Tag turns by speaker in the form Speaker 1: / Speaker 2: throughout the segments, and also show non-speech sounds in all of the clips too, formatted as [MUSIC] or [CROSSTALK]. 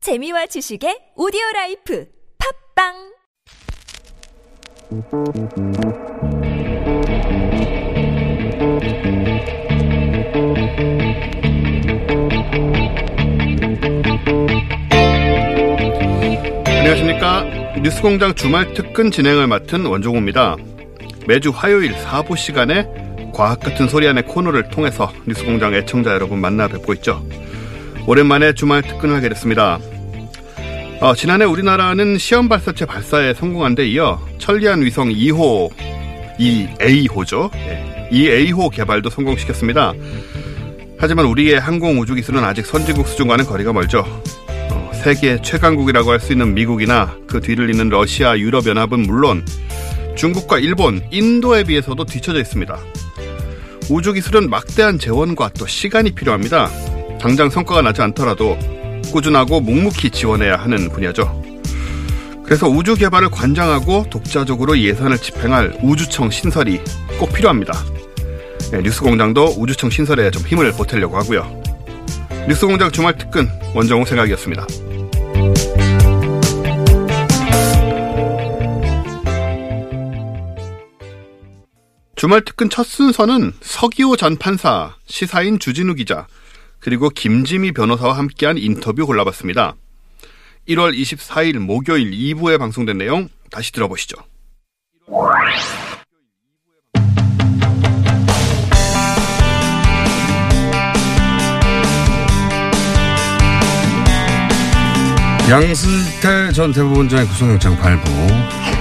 Speaker 1: 재미와 지식의 오디오 라이프 팝빵
Speaker 2: 안녕하십니까. 뉴스공장 주말 특근 진행을 맡은 원종호입니다. 매주 화요일 4부 시간에 과학 같은 소리 안의 코너를 통해서 뉴스공장 애청자 여러분 만나 뵙고 있죠. 오랜만에 주말 특근을 하게 됐습니다. 어, 지난해 우리나라는 시험 발사체 발사에 성공한 데 이어 천리안 위성 2호, EA호죠. EA호 개발도 성공시켰습니다. 하지만 우리의 항공 우주 기술은 아직 선진국 수준과는 거리가 멀죠. 어, 세계 최강국이라고 할 수 있는 미국이나 그 뒤를 잇는 러시아, 유럽연합은 물론 중국과 일본, 인도에 비해서도 뒤처져 있습니다. 우주 기술은 막대한 재원과 또 시간이 필요합니다. 당장 성과가 나지 않더라도 꾸준하고 묵묵히 지원해야 하는 분야죠. 그래서 우주 개발을 관장하고 독자적으로 예산을 집행할 우주청 신설이 꼭 필요합니다. 네, 뉴스공장도 우주청 신설에 좀 힘을 보태려고 하고요. 뉴스공장 주말 특근 원정호 생각이었습니다. 주말 특근 첫 순서는 서기호 전 판사, 시사인 주진우 기자, 그리고 김지미 변호사와 함께한 인터뷰 골라봤습니다. 1월 24일 목요일 2부에 방송된 내용 다시 들어보시죠.
Speaker 3: 양승태 전 대법원장의 구속영장 발부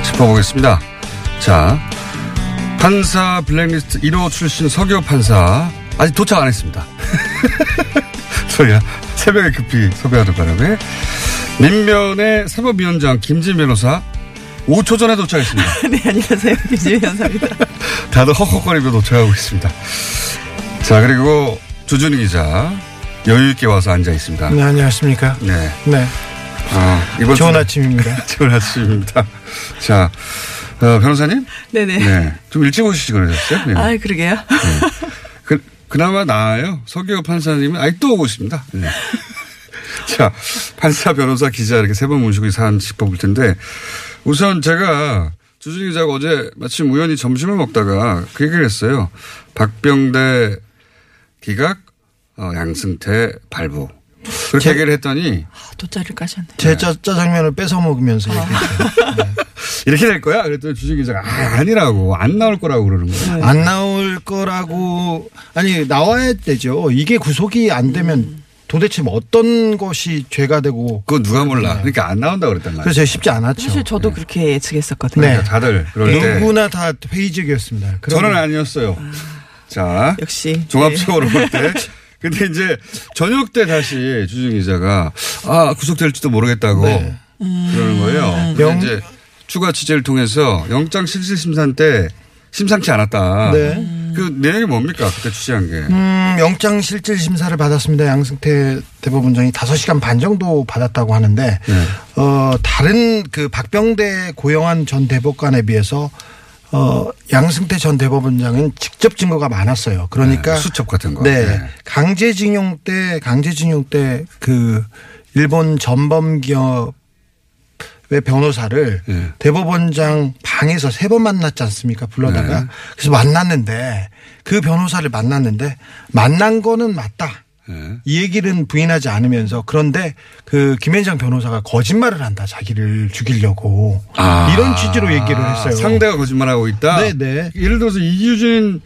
Speaker 3: 짚어보겠습니다. 자, 판사 블랙리스트 1호 출신 서교 판사 아직 도착 안 했습니다. [LAUGHS] 저희가 새벽에 급히 섭외하던 바람에 민면의 사법위원장 김진 변호사 5초 전에 도착했습니다.
Speaker 4: [LAUGHS] 네, 안녕하세요. 김지혜 변호사입니다.
Speaker 3: [LAUGHS] 다들 헉헉거리며 도착하고 있습니다. 자, 그리고 조준희 기자 여유있게 와서 앉아 있습니다.
Speaker 5: 네, 안녕하십니까.
Speaker 3: 네.
Speaker 5: 네.
Speaker 3: 아, 이번
Speaker 5: 좋은
Speaker 3: 주는-
Speaker 5: 아침입니다.
Speaker 3: 좋은 아침입니다. [LAUGHS] 자, 어, 변호사님.
Speaker 4: 네네.
Speaker 3: 네. 좀 일찍 오시지 그러셨어요? 네.
Speaker 4: 아, 그러게요. [LAUGHS]
Speaker 3: 그, 그나마 나아요. 서기호 판사님은 아직 또 오고 있습니다. 네. [LAUGHS] 자, 판사, 변호사, 기자 이렇게 세 번 모시고 이 사안 짚어볼 텐데 우선 제가 주준희 기자가 어제 마침 우연히 점심을 먹다가 그 얘기를 했어요. 박병대 기각, 어, 양승태 발부. 그렇게
Speaker 5: 제-
Speaker 3: 얘기를 했더니
Speaker 4: 아, 돗자리를 까셨네.
Speaker 5: 제 짜, 짜장면을 뺏어 먹으면서 얘기했어요.
Speaker 3: 이렇게 될 거야? 그랬더니 주준희 기자가 아, 아니라고 안 나올 거라고 그러는 거예요.
Speaker 5: 안 나올 거라고 아니 나와야 되죠. 이게 구속이 안 되면 도대체 뭐 어떤 것이 죄가 되고
Speaker 3: 그건 누가 몰라. 그러니까 안 나온다 그랬단 말이야.
Speaker 5: 네. 그래서 쉽지 않았죠.
Speaker 4: 사실 저도
Speaker 3: 네.
Speaker 4: 그렇게 예측했었거든요.
Speaker 5: 그렇죠. 네.
Speaker 3: 그러니까 다들 그럴 때
Speaker 5: 누구나 다 회의적이었습니다. 그런-
Speaker 3: 저는 아니었어요. 자,
Speaker 4: 역시.
Speaker 3: 종합적으로 볼
Speaker 5: 네.
Speaker 3: 때. [LAUGHS] 근데 이제 저녁 때 다시 주중 기자가 아 구속될지도 모르겠다고 그러는 거예요.
Speaker 5: 네. 음. 영-
Speaker 3: 근데 이제 추가 취재를 통해서 영장 실질 심산 때 심상치 않았다.
Speaker 5: 네.
Speaker 3: 그 내용이 뭡니까 그때 취재한 게?
Speaker 5: 음, 영장 실질 심사를 받았습니다. 양승태 대법원장이 5시간 반 정도 받았다고 하는데
Speaker 3: 네.
Speaker 5: 어 다른 그 박병대 고영환 전 대법관에 비해서 어 양승태 전 대법원장은 직접 증거가 많았어요. 그러니까
Speaker 3: 네, 수첩 같은 거.
Speaker 5: 네.
Speaker 3: 네.
Speaker 5: 강제징용 때 강제징용 때 그 일본 전범 기업의 변호사를
Speaker 3: 예.
Speaker 5: 대법원장 방에서 세 번 만났지 않습니까? 불러다가
Speaker 3: 네.
Speaker 5: 그래서 만났는데 그 변호사를 만났는데 만난 거는 맞다.
Speaker 3: 네.
Speaker 5: 이 얘기는 부인하지 않으면서 그런데 그 김현장 변호사가 거짓말을 한다. 자기를 죽이려고
Speaker 3: 아.
Speaker 5: 이런 취지로 얘기를 했어요.
Speaker 3: 상대가 거짓말하고 있다.
Speaker 5: 네, 네.
Speaker 3: 예를 들어서 이유진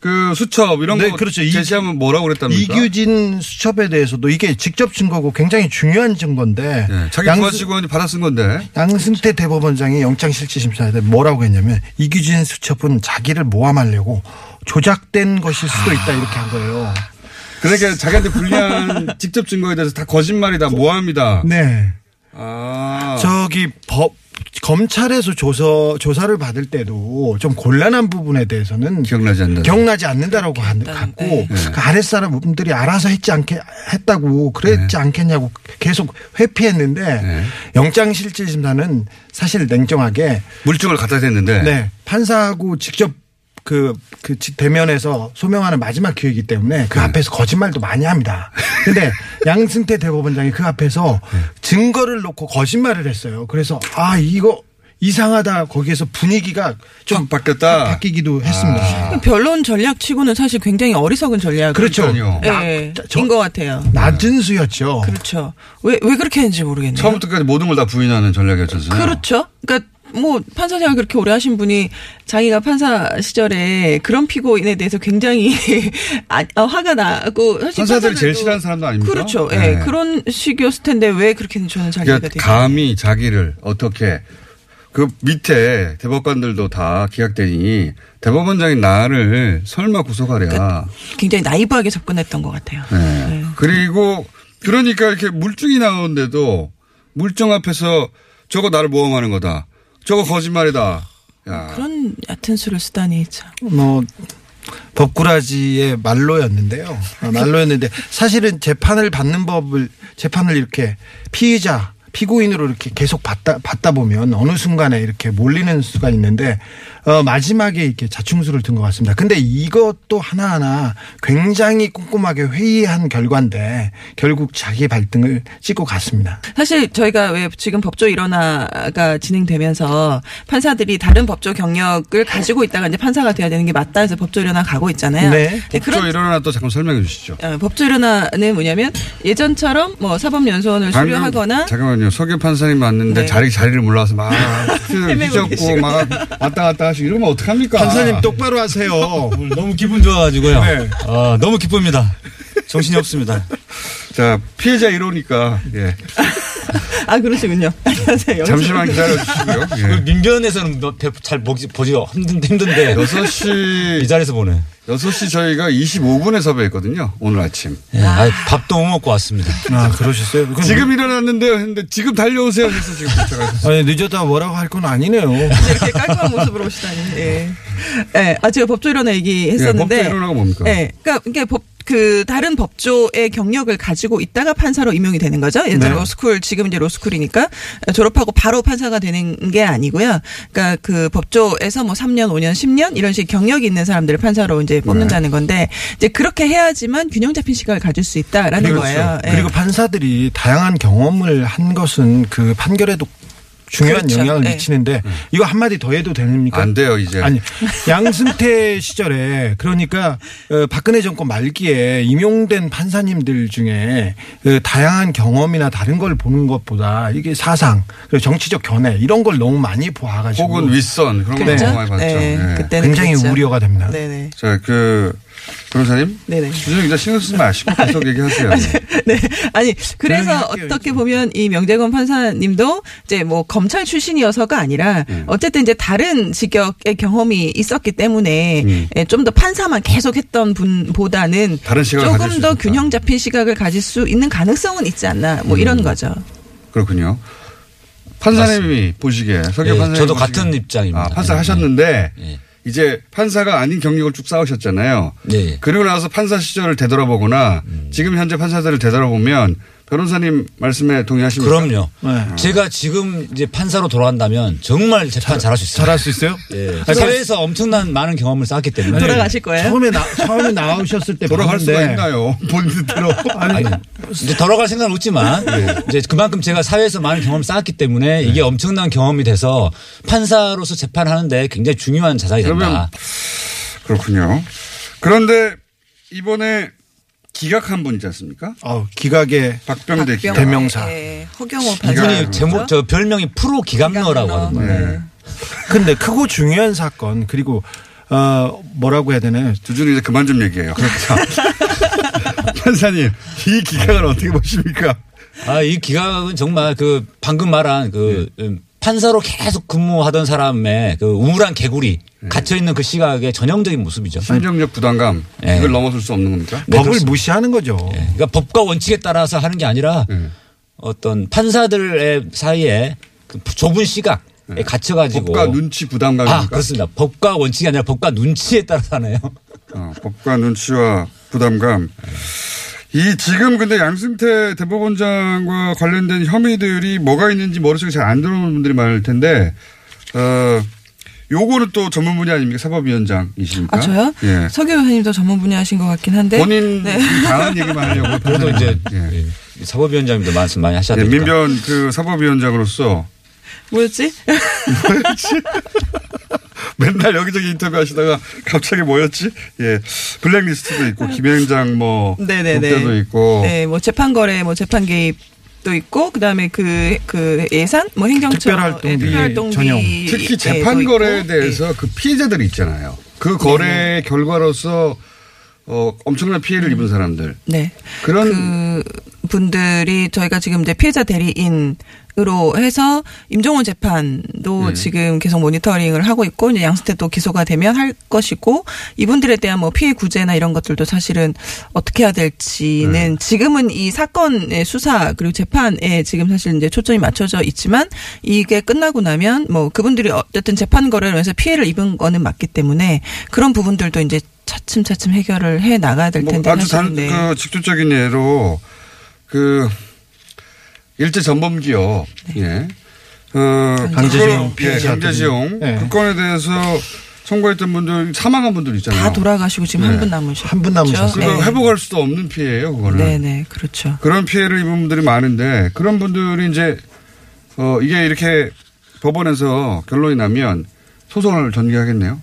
Speaker 3: 그 수첩 이런
Speaker 5: 네,
Speaker 3: 거
Speaker 5: 그렇죠. 이-
Speaker 3: 제시하면 뭐라고 그랬답니까?
Speaker 5: 이규진 수첩에 대해서도 이게 직접 증거고 굉장히 중요한 증거인데
Speaker 3: 예, 자기
Speaker 5: 양승-
Speaker 3: 부하직원이 받아 쓴 건데.
Speaker 5: 양승태 대법원장이 영장실질심사에 대해 뭐라고 했냐면 이규진 수첩은 자기를 모함하려고 조작된 것일 수도 있다 이렇게 한 거예요.
Speaker 3: 그러니까 자기한테 불리한
Speaker 5: [LAUGHS]
Speaker 3: 직접 증거에 대해서 다 거짓말이다, 모함이다.
Speaker 5: 네.
Speaker 3: 아.
Speaker 5: 저기 법 검찰에서 조서 조사를 받을 때도 좀 곤란한 부분에 대해서는
Speaker 3: 기억나지 않는다.
Speaker 5: 기억나지 않는다라고 한-
Speaker 4: 네.
Speaker 5: 갖고 그 아랫사람분들이 알아서 했지 않게 했다고 그랬지 않겠냐고 계속 회피했는데 영장 실질 심사는 사실 냉정하게
Speaker 3: 물증을 갖다 댔는데.
Speaker 5: 네. 판사하고 직접 그, 그 지- 대면에서 소명하는 마지막 기회이기 때문에 그 앞에서 거짓말도 많이 합니다. 근데 양승태 대법원장이 그 앞에서 증거를 놓고 거짓말을 했어요. 그래서 아, 이거 이상하다. 거기에서 분위기가 좀
Speaker 3: 확 바뀌었다.
Speaker 5: 확 바뀌기도 했습니다.
Speaker 4: 네. 변론 전략 치고는 사실 굉장히 어리석은 전략.
Speaker 5: 그렇죠.
Speaker 3: 그러니까요.
Speaker 4: 예,
Speaker 5: 나- 저-
Speaker 4: 인것 같아요.
Speaker 5: 낮은 수였죠.
Speaker 4: 그렇죠. 왜, 왜 그렇게 했는지 모르겠네요.
Speaker 3: 처음부터까지 네. 모든 걸 다 부인하는 전략이었잖아요.
Speaker 4: 그렇죠. 그러니까 뭐 판사 생활 그렇게 오래 하신 분이 자기가 판사 시절에 그런 피고인에 대해서 굉장히 [LAUGHS] 아, 아, 화가 나고 사실
Speaker 3: 판사들이
Speaker 4: 판사들도-
Speaker 3: 제일 싫어하는 사람도 아닙니까?
Speaker 4: 그렇죠. 예.
Speaker 3: 네.
Speaker 4: 그런 식이었을 텐데 왜 그렇게는 저는 잘 이해가
Speaker 3: 그러니까
Speaker 4: 되죠.
Speaker 3: 감히 자기를 어떻게 그 밑에 대법관들도 다 기각되니 대법원장인 나를 설마 구속하랴.
Speaker 4: 굉장히 나이브하게 접근했던 것 같아요.
Speaker 3: 네. 그리고 그러니까 이렇게 물증이 나오는데도 물증 앞에서 저거 나를 모함하는 거다. 저거 거짓말이다. 야.
Speaker 4: 그런 얕은 수를 쓰다니 참.
Speaker 5: 뭐 법꾸라지의 말로였는데요. 아, 말로였는데 사실은 재판을 받는 법을 재판을 이렇게 피의자 피고인으로 이렇게 계속 받다 받다 보면 어느 순간에 이렇게 몰리는 수가 있는데 어 마지막에 이렇게 자충수를 든 것 같습니다. 근데 이것도 하나하나 굉장히 꼼꼼하게 회의한 결과인데 결국 자기 발등을 찍고 갔습니다.
Speaker 4: 사실 저희가 왜 지금 법조 일어나가 진행되면서 판사들이 다른 법조 경력을 가지고 있다가 이제 판사가 돼야 되는 게 맞다 해서 법조 일어나 가고 있잖아요.
Speaker 5: 네.
Speaker 4: 근데
Speaker 3: 법조 일어나 또 잠깐 설명해 주시죠.
Speaker 4: 어, 법조 일어나는 뭐냐면 예전처럼 뭐 사법연수원을
Speaker 3: 방금
Speaker 4: 수료하거나
Speaker 3: 잠깐만요. 서교 판사님 왔는데
Speaker 4: 네.
Speaker 3: 자리 자리를 몰라서
Speaker 4: [LAUGHS]
Speaker 3: 막
Speaker 4: 헤매고
Speaker 3: 휘젓고
Speaker 4: 계시고.
Speaker 3: 막 왔다 갔다 하시고 이러면 어떡합니까?
Speaker 5: 판사님 똑바로 하세요.
Speaker 6: 아. 오늘 너무 기분 좋아가지고요.
Speaker 5: 네.
Speaker 6: 아, 너무 기쁩니다. 정신이 없습니다.
Speaker 3: 자, 피해자 이러니까 예.
Speaker 4: 아 그러시군요. [LAUGHS] 안녕하세요.
Speaker 3: 잠시만 기다려 주시고요.
Speaker 6: [LAUGHS] 그
Speaker 3: 예.
Speaker 6: 민변에서는 너- 대- 잘 보기, 보지 힘든, 힘든데
Speaker 3: 6시
Speaker 6: 이 자리에서 보네.
Speaker 3: 6시 저희가 25분에 섭외했거든요. 오늘 아침.
Speaker 6: 예, 아, 밥도 못 먹고
Speaker 5: [LAUGHS]
Speaker 6: 왔습니다.
Speaker 5: 아 그러셨어요? 그럼
Speaker 3: 지금 일어났는데요. 했는데 지금 달려오세요. 해서 지금 도착하셨어요.
Speaker 5: 아니 늦었다 뭐라고 할 건 아니네요.
Speaker 4: 이렇게 깔끔한 모습으로 오시다니. 예. 예. 아, 제가 법조 일어나 얘기했었는데.
Speaker 3: 예, 법조 일어나가 뭡니까?
Speaker 4: 예. 그러니까 이게 법, 그, 다른 법조의 경력을 가지고 있다가 판사로 임용이 되는 거죠. 예전
Speaker 5: 네.
Speaker 4: 로스쿨, 지금 이제 로스쿨이니까 졸업하고 바로 판사가 되는 게 아니고요. 그러니까 그 법조에서 뭐 3년, 5년, 10년 이런 식 경력이 있는 사람들을 판사로 이제
Speaker 3: 네.
Speaker 4: 뽑는다는 건데 이제 그렇게 해야지만 균형 잡힌 시각을 가질 수 있다라는
Speaker 3: 그렇죠.
Speaker 4: 거예요.
Speaker 5: 그렇죠.
Speaker 4: 예.
Speaker 5: 그리고 판사들이 다양한 경험을 한 것은 그 판결에도 중요한
Speaker 4: 그렇죠.
Speaker 5: 영향을
Speaker 4: 네.
Speaker 5: 미치는데 이거 한마디 더 해도 됩니까?
Speaker 3: 음. 안 돼요, 이제.
Speaker 5: 아니 양승태 [LAUGHS] 시절에 그러니까 어, 박근혜 정권 말기에 임용된 판사님들 중에 그 다양한 경험이나 다른 걸 보는 것보다 이게 사상 그리고 정치적 견해 이런 걸 너무 많이 봐가지고
Speaker 3: 혹은 윗선 그런 거
Speaker 4: 그렇죠?
Speaker 3: 너무 많이 봤죠.
Speaker 4: 예.
Speaker 3: 예.
Speaker 4: 그때는
Speaker 5: 굉장히
Speaker 4: 그랬죠.
Speaker 5: 우려가 됩니다.
Speaker 4: 네네.
Speaker 3: 자, 그 변호사님.
Speaker 4: 네네.
Speaker 3: 주정 기자 신경 쓰지 마시고 계속
Speaker 4: [LAUGHS]
Speaker 3: 얘기하세요.
Speaker 4: 네. 아니,
Speaker 5: 조용히
Speaker 4: 그래서
Speaker 5: 할게요,
Speaker 4: 어떻게 보면 이 명재건 판사님도 이제 뭐 검찰 출신이어서가 아니라
Speaker 3: 음.
Speaker 4: 어쨌든 이제 다른 직역의 경험이 있었기 때문에 예, 좀 더 판사만 계속 했던 분보다는
Speaker 3: 음. 다른 시각을 가질
Speaker 4: 조금
Speaker 3: 수
Speaker 4: 더
Speaker 3: 있다.
Speaker 4: 균형 잡힌 시각을 가질 수 있는 가능성은 있지 않나 뭐
Speaker 3: 음.
Speaker 4: 이런 거죠.
Speaker 3: 그렇군요. 판사님이 보시기에 서교
Speaker 6: 예,
Speaker 3: 판사님
Speaker 6: 저도
Speaker 3: 보시기에.
Speaker 6: 같은 입장입니다.
Speaker 3: 아, 판사
Speaker 6: 예,
Speaker 3: 하셨는데
Speaker 6: 예.
Speaker 3: 이제 판사가 아닌 경력을 쭉 쌓으셨잖아요.
Speaker 6: 예. 음.
Speaker 3: 그리고 나서 판사 시절을 되돌아보거나 지금 현재 판사들을 되돌아보면 변호사님 말씀에 동의하십니까?
Speaker 6: 그럼요.
Speaker 5: 네.
Speaker 6: 제가 지금 이제 판사로 돌아간다면 정말 재판 잘할 수 있어요.
Speaker 5: 잘할 수 있어요?
Speaker 6: 예. 사회에서 엄청난 많은 경험을 쌓았기 때문에.
Speaker 4: 네. 돌아가실 거예요?
Speaker 5: 처음에 나 처음에 나오셨을 때
Speaker 3: 돌아갈 수가
Speaker 5: 봤는데
Speaker 3: 있나요? [LAUGHS]
Speaker 6: [LAUGHS]
Speaker 3: 본인들로
Speaker 6: 아니, 이제 돌아갈 생각은 없지만
Speaker 5: 네.
Speaker 6: 이제 그만큼 제가 사회에서 많은 경험을 쌓았기 때문에 이게 엄청난 경험이 돼서 판사로서 재판하는데 굉장히 중요한 자산이
Speaker 3: 그러면
Speaker 6: 된다.
Speaker 3: 그렇군요. 그런데 이번에 기각한 분 있지 않습니까?
Speaker 5: 어, 기각에
Speaker 3: 박병대 기각.
Speaker 5: 박병- 대명사.
Speaker 4: 예, 허경호 판사.
Speaker 6: 아, 이분이 제목 저 별명이 프로 기각러라고 하던데.
Speaker 4: 네.
Speaker 5: 근데 크고 중요한 사건 그리고 어 뭐라고 해야 되나요?
Speaker 3: 두준이 이제 그만 좀 얘기해요. 자,
Speaker 6: [LAUGHS]
Speaker 3: [LAUGHS] 판사님 이 기각을
Speaker 6: 네.
Speaker 3: 어떻게 보십니까?
Speaker 6: 아, 이 기각은 정말 그 방금 말한 그
Speaker 3: 네.
Speaker 6: 음, 판사로 계속 근무하던 사람의 그 우울한 개구리
Speaker 3: 네.
Speaker 6: 갇혀 있는 그 시각의 전형적인 모습이죠.
Speaker 3: 심정적 부담감
Speaker 6: 예.
Speaker 3: 이걸 넘어설 수 없는 겁니까?
Speaker 6: 네,
Speaker 5: 법을
Speaker 6: 그렇습니다.
Speaker 5: 무시하는 거죠.
Speaker 6: 예. 그러니까 법과 원칙에 따라서 하는 게 아니라
Speaker 3: 네.
Speaker 6: 어떤 판사들의 사이에 그 좁은 시각에 갇혀 가지고
Speaker 3: 네. 법과 눈치 그러니까. 부담감입니까?
Speaker 6: 아, 그렇습니다. 법과 원칙이 아니라 법과 눈치에 따라서 하네요.
Speaker 3: 어, 법과 눈치와 부담감. 이 지금 근데 양승태 대법원장과 관련된 혐의들이 뭐가 있는지 머릿속에 잘 안 들어오는 분들이 많을 텐데 어, 요거는 또 전문 분야 아닙니까? 사법위원장이십니까?
Speaker 4: 아 저요?
Speaker 3: 예.
Speaker 4: 서교 변호사님도 전문 분야하신 것 같긴
Speaker 6: 네.
Speaker 4: 한데.
Speaker 3: 본인 강한 얘기만 하려고.
Speaker 6: [LAUGHS] 그래도 이제
Speaker 3: 예.
Speaker 6: 이 사법위원장님도 말씀 많이 하셔야
Speaker 3: 예,
Speaker 6: 되니까.
Speaker 3: 민변 그 사법위원장으로서
Speaker 4: 뭐였지?
Speaker 3: 맨날 여기저기 인터뷰하시다가 갑자기 뭐였지? 예. 블랙리스트도 있고 김현장 뭐
Speaker 4: 네네네.
Speaker 3: 때도 있고
Speaker 4: 네, 뭐 재판 거래, 뭐 재판 개입도 있고 그다음에 그, 그 예산, 뭐 행정처,
Speaker 5: 특별활동비
Speaker 4: 예, 특별활동비
Speaker 5: 전용.
Speaker 3: 특히
Speaker 4: 예, 도
Speaker 3: 재판
Speaker 4: 있고.
Speaker 3: 거래에
Speaker 4: 예. 네,
Speaker 3: 대해서 그 피해자들이 있잖아요. 그 거래 의 결과로서 어, 엄청난
Speaker 4: 음.
Speaker 3: 피해를 입은 사람들.
Speaker 4: 네.
Speaker 3: 그런-
Speaker 4: 그 분들이 저희가 지금 이제 피해자 대리인으로 해서 임종원
Speaker 3: 네.
Speaker 4: 재판도 지금 계속 모니터링을 하고 있고 이제 양승태 또 기소가 되면 할 것이고 이분들에 대한 뭐 피해 구제나 이런 것들도 사실은 어떻게 해야 될지는
Speaker 3: 네.
Speaker 4: 지금은 이 사건의 수사 그리고 재판에 지금 사실 이제 초점이 맞춰져 있지만 이게 끝나고 나면 뭐 그분들이 어쨌든 재판 거래를 해서 피해를 입은 거는 맞기 때문에 그런 부분들도 이제 차츰차츰 해결을 해 나가야 될
Speaker 3: 뭐
Speaker 4: 텐데
Speaker 3: 아주 단,
Speaker 4: 사실은 네.
Speaker 3: 그 직접적인 예로 그 일제 전범 기업
Speaker 4: 네.
Speaker 3: 예. 어,
Speaker 5: 강제징용
Speaker 3: 그거- 예,
Speaker 5: 피해자
Speaker 3: 강제징용
Speaker 5: 등. 예.
Speaker 3: 그 건에 대해서 청구했던 분들 사망한 분들 있잖아요.
Speaker 4: 다 돌아가시고 지금
Speaker 3: 네.
Speaker 4: 한 분 남으셨죠. 그렇죠?
Speaker 5: 한분 남으셨어요.
Speaker 3: 그거 회복할 수도 없는 피해예요, 그거는.
Speaker 4: 네, 네, 그렇죠.
Speaker 3: 그런 피해를 입은 분들이 많은데 그런 분들이 이제 어 이게 이렇게 법원에서 결론이 나면 소송을 전개하겠네요.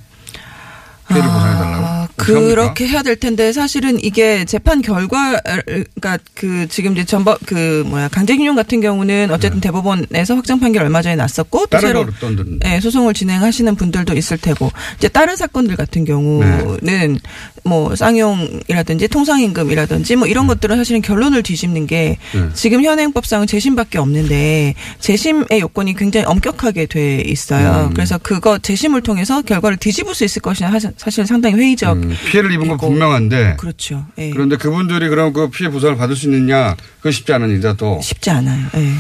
Speaker 3: 피해를 보상해 달라고.
Speaker 4: 아, 그렇게 해야 될 텐데 사실은 이게 재판 결과 그러니까 그 지금 이제 전법 그 뭐야 강제징용 같은 경우는 어쨌든 대법원에서 확정 판결 얼마 전에 났었고 또
Speaker 3: 다른
Speaker 4: 새로
Speaker 3: 어떤
Speaker 4: 네, 소송을 진행하시는 분들도 있을 테고 이제 다른 사건들 같은 경우는 뭐 쌍용이라든지 통상임금이라든지 뭐
Speaker 3: 음.
Speaker 4: 이런 것들은 사실은 결론을 뒤집는 게
Speaker 3: 네.
Speaker 4: 지금 현행법상은 재심밖에 없는데 재심의 요건이 굉장히 엄격하게 돼 있어요.
Speaker 3: 음.
Speaker 4: 그래서 그거 재심을 통해서 결과를 뒤집을 수 있을 것이냐 하- 사실 상당히 회의적.
Speaker 3: 음, 피해를 입은 건
Speaker 4: 이거-
Speaker 3: 분명한데
Speaker 4: 네. 그렇죠. 예.
Speaker 3: 그런데 그분들이 그럼 그 피해 보상을 받을 수 있느냐 그건 쉽지 않은 일이다 또.
Speaker 4: 쉽지 않아요. 예.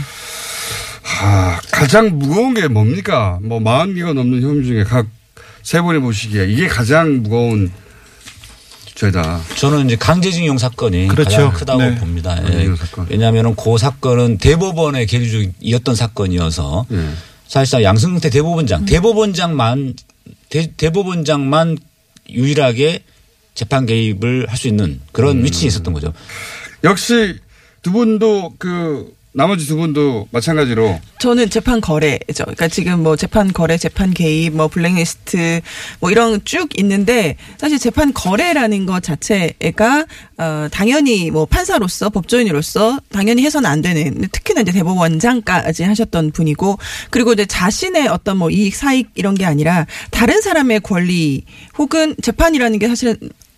Speaker 3: 하, 가장 무거운 게 뭡니까? 뭐 40개가 넘는 혐의 중에 각 세 분이 보시기에 이게 가장 무거운 죄다.
Speaker 6: 저는 이제 강제징용 사건이
Speaker 5: 그렇죠.
Speaker 6: 가장 크다고
Speaker 5: 네.
Speaker 6: 봅니다. 예.
Speaker 3: 강제징용 사건.
Speaker 6: 왜냐하면 그 사건은 대법원의 계류적이었던 사건이어서
Speaker 3: 예.
Speaker 6: 사실상 양승태 대법원장, 대법원장만 대, 대법원장만 유일하게 재판 개입을 할 수 있는
Speaker 3: 음.
Speaker 6: 그런 위치에 있었던 거죠.
Speaker 3: 역시 두 분도 그 나머지 두 분도 마찬가지로
Speaker 4: 저는 재판 거래죠. 그러니까 지금 뭐 재판 거래, 재판 개입, 뭐 블랙리스트 뭐 이런 쭉 있는데 사실 재판 거래라는 것 자체가 어 당연히 뭐 판사로서 법조인으로서 당연히 해서는 안 되는 특히나 이제 대법원장까지 하셨던 분이고 그리고 이제 자신의 어떤 뭐 이익 사익 이런 게 아니라 다른 사람의 권리 혹은 재판이라는 게 사실은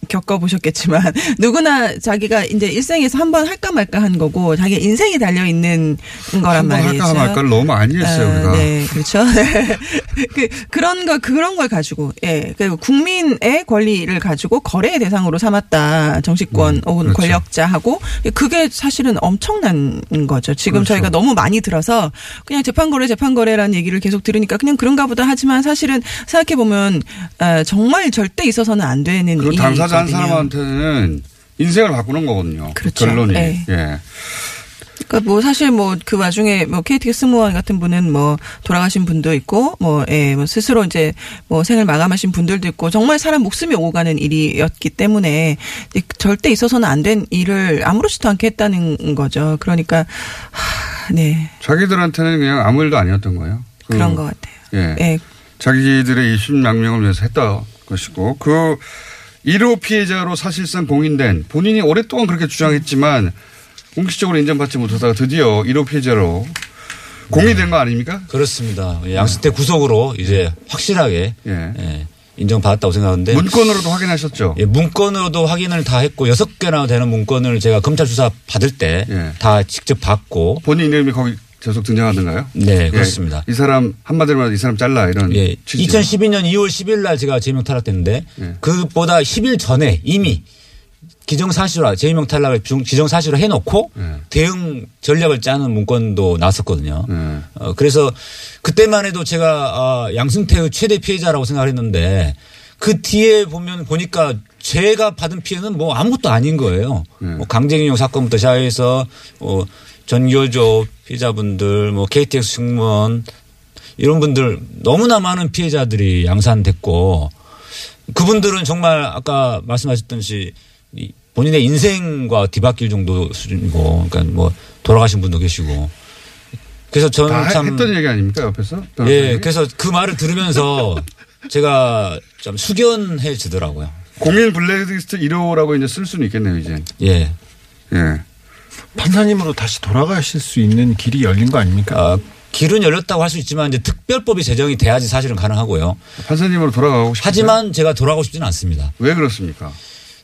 Speaker 4: 겪어보셨겠지만 [LAUGHS] 누구나 자기가 이제 일생에서 한 번 할까 말까 한 거고 자기 인생이 달려 있는 거란
Speaker 3: 한번
Speaker 4: 말이죠.
Speaker 3: 할까 말까를 너무 많이 했어요
Speaker 4: 아,
Speaker 3: 우리가.
Speaker 4: 네, 그렇죠. [LAUGHS] 그, 그런 거 그런 걸 가지고 예, 그 국민의 권리를 가지고 거래의 대상으로 삼았다 정치권 혹은
Speaker 3: 그렇죠.
Speaker 4: 권력자하고 그게 사실은 엄청난 거죠. 지금
Speaker 3: 그렇죠.
Speaker 4: 저희가 너무 많이 들어서 그냥 재판거래 재판거래라는 얘기를 계속 들으니까 그냥 그런가보다 하지만 사실은 생각해 보면 아, 정말 절대 있어서는 안 되는
Speaker 3: 그 당사자 한
Speaker 4: 일이거든요.
Speaker 3: 사람한테는 인생을 바꾸는 거거든요.
Speaker 4: 그렇죠.
Speaker 3: 결론이.
Speaker 4: 네.
Speaker 3: 예.
Speaker 4: 그러니까 뭐 사실 뭐 그 와중에 뭐 KTX 승무원 같은 분은 뭐 돌아가신 분도 있고 뭐 예, 뭐 스스로 이제 뭐 생을 마감하신 분들도 있고 정말 사람 목숨이 오고 가는 일이었기 때문에 이제 절대 있어서는 안 된 일을 아무렇지도 않게 했다는 거죠. 그러니까 하, 네.
Speaker 3: 자기들한테는 그냥 아무 일도 아니었던 거예요. 그,
Speaker 4: 그런 것 같아요.
Speaker 3: 예.
Speaker 4: 예.
Speaker 3: 자기들의 입신양명을 위해서 했다 것이고 그 1호 피해자로 사실상 공인된 본인이 오랫동안 그렇게 주장했지만 공식적으로 인정받지 못하다가 드디어 1호 피해자로
Speaker 4: 네.
Speaker 3: 공인된 거 아닙니까?
Speaker 6: 그렇습니다. 예, 양승태 구속으로 이제 확실하게
Speaker 3: 예.
Speaker 6: 예, 인정받았다고
Speaker 4: 네.
Speaker 6: 생각하는데
Speaker 3: 문건으로도 확인하셨죠?
Speaker 6: 예, 문건으로도 확인을 다 했고 여섯 개나 되는 문건을 제가 검찰 수사 받을 때
Speaker 3: 예.
Speaker 6: 다 직접 받고
Speaker 3: 본인 이름이 거기 계속 등장하던가요?
Speaker 6: 네,
Speaker 3: 예.
Speaker 6: 그렇습니다.
Speaker 3: 이 사람 한마디로 말해서 이 사람 잘라 이런
Speaker 6: 예,
Speaker 3: 취지.
Speaker 6: 2012년 2월 10일 날 제가 제명 탈락됐는데
Speaker 3: 예.
Speaker 6: 그보다 10일 전에 이미 기정사실화 제명 탈락을 중- 기정사실화 해놓고
Speaker 3: 예.
Speaker 6: 대응 전략을 짜는 문건도 나왔었거든요.
Speaker 3: 예.
Speaker 6: 어, 그래서 그때만 해도 제가 아, 양승태의 최대 피해자라고 생각을 했는데 그 뒤에 보면 보니까 제가 받은 피해는 뭐 아무것도 아닌 거예요. 뭐 강제징용 사건부터 뭐 시작해서 어, 전교조 피해자분들, 뭐 KTX 승무원 이런 분들 너무나 많은 피해자들이 양산됐고 그분들은 정말 아까 말씀하셨듯이 이 본인의 인생과 뒤바뀔 정도 수준이고 그러니까 뭐 돌아가신 분도 계시고 그래서
Speaker 3: 다
Speaker 6: 저는 참
Speaker 3: 했던 얘기 아닙니까 옆에서?
Speaker 6: 예, 그래서 그 말을 들으면서
Speaker 3: [LAUGHS]
Speaker 6: 제가 좀 숙연해지더라고요.
Speaker 3: 공인 블랙리스트 1호라고 이제 쓸 수는 있겠네요 이제.
Speaker 6: 예.
Speaker 3: 예.
Speaker 5: 판사님으로 다시 돌아가실 수 있는 길이 열린 거 아닙니까?
Speaker 6: 아, 길은 열렸다고 할 수 있지만 이제 특별법이 제정이 돼야지 사실은
Speaker 3: 그렇죠.
Speaker 6: 가능하고요.
Speaker 3: 판사님으로 돌아가고 싶.
Speaker 6: 하지만 제가 돌아가고 싶지는 않습니다.
Speaker 3: 왜 그렇습니까?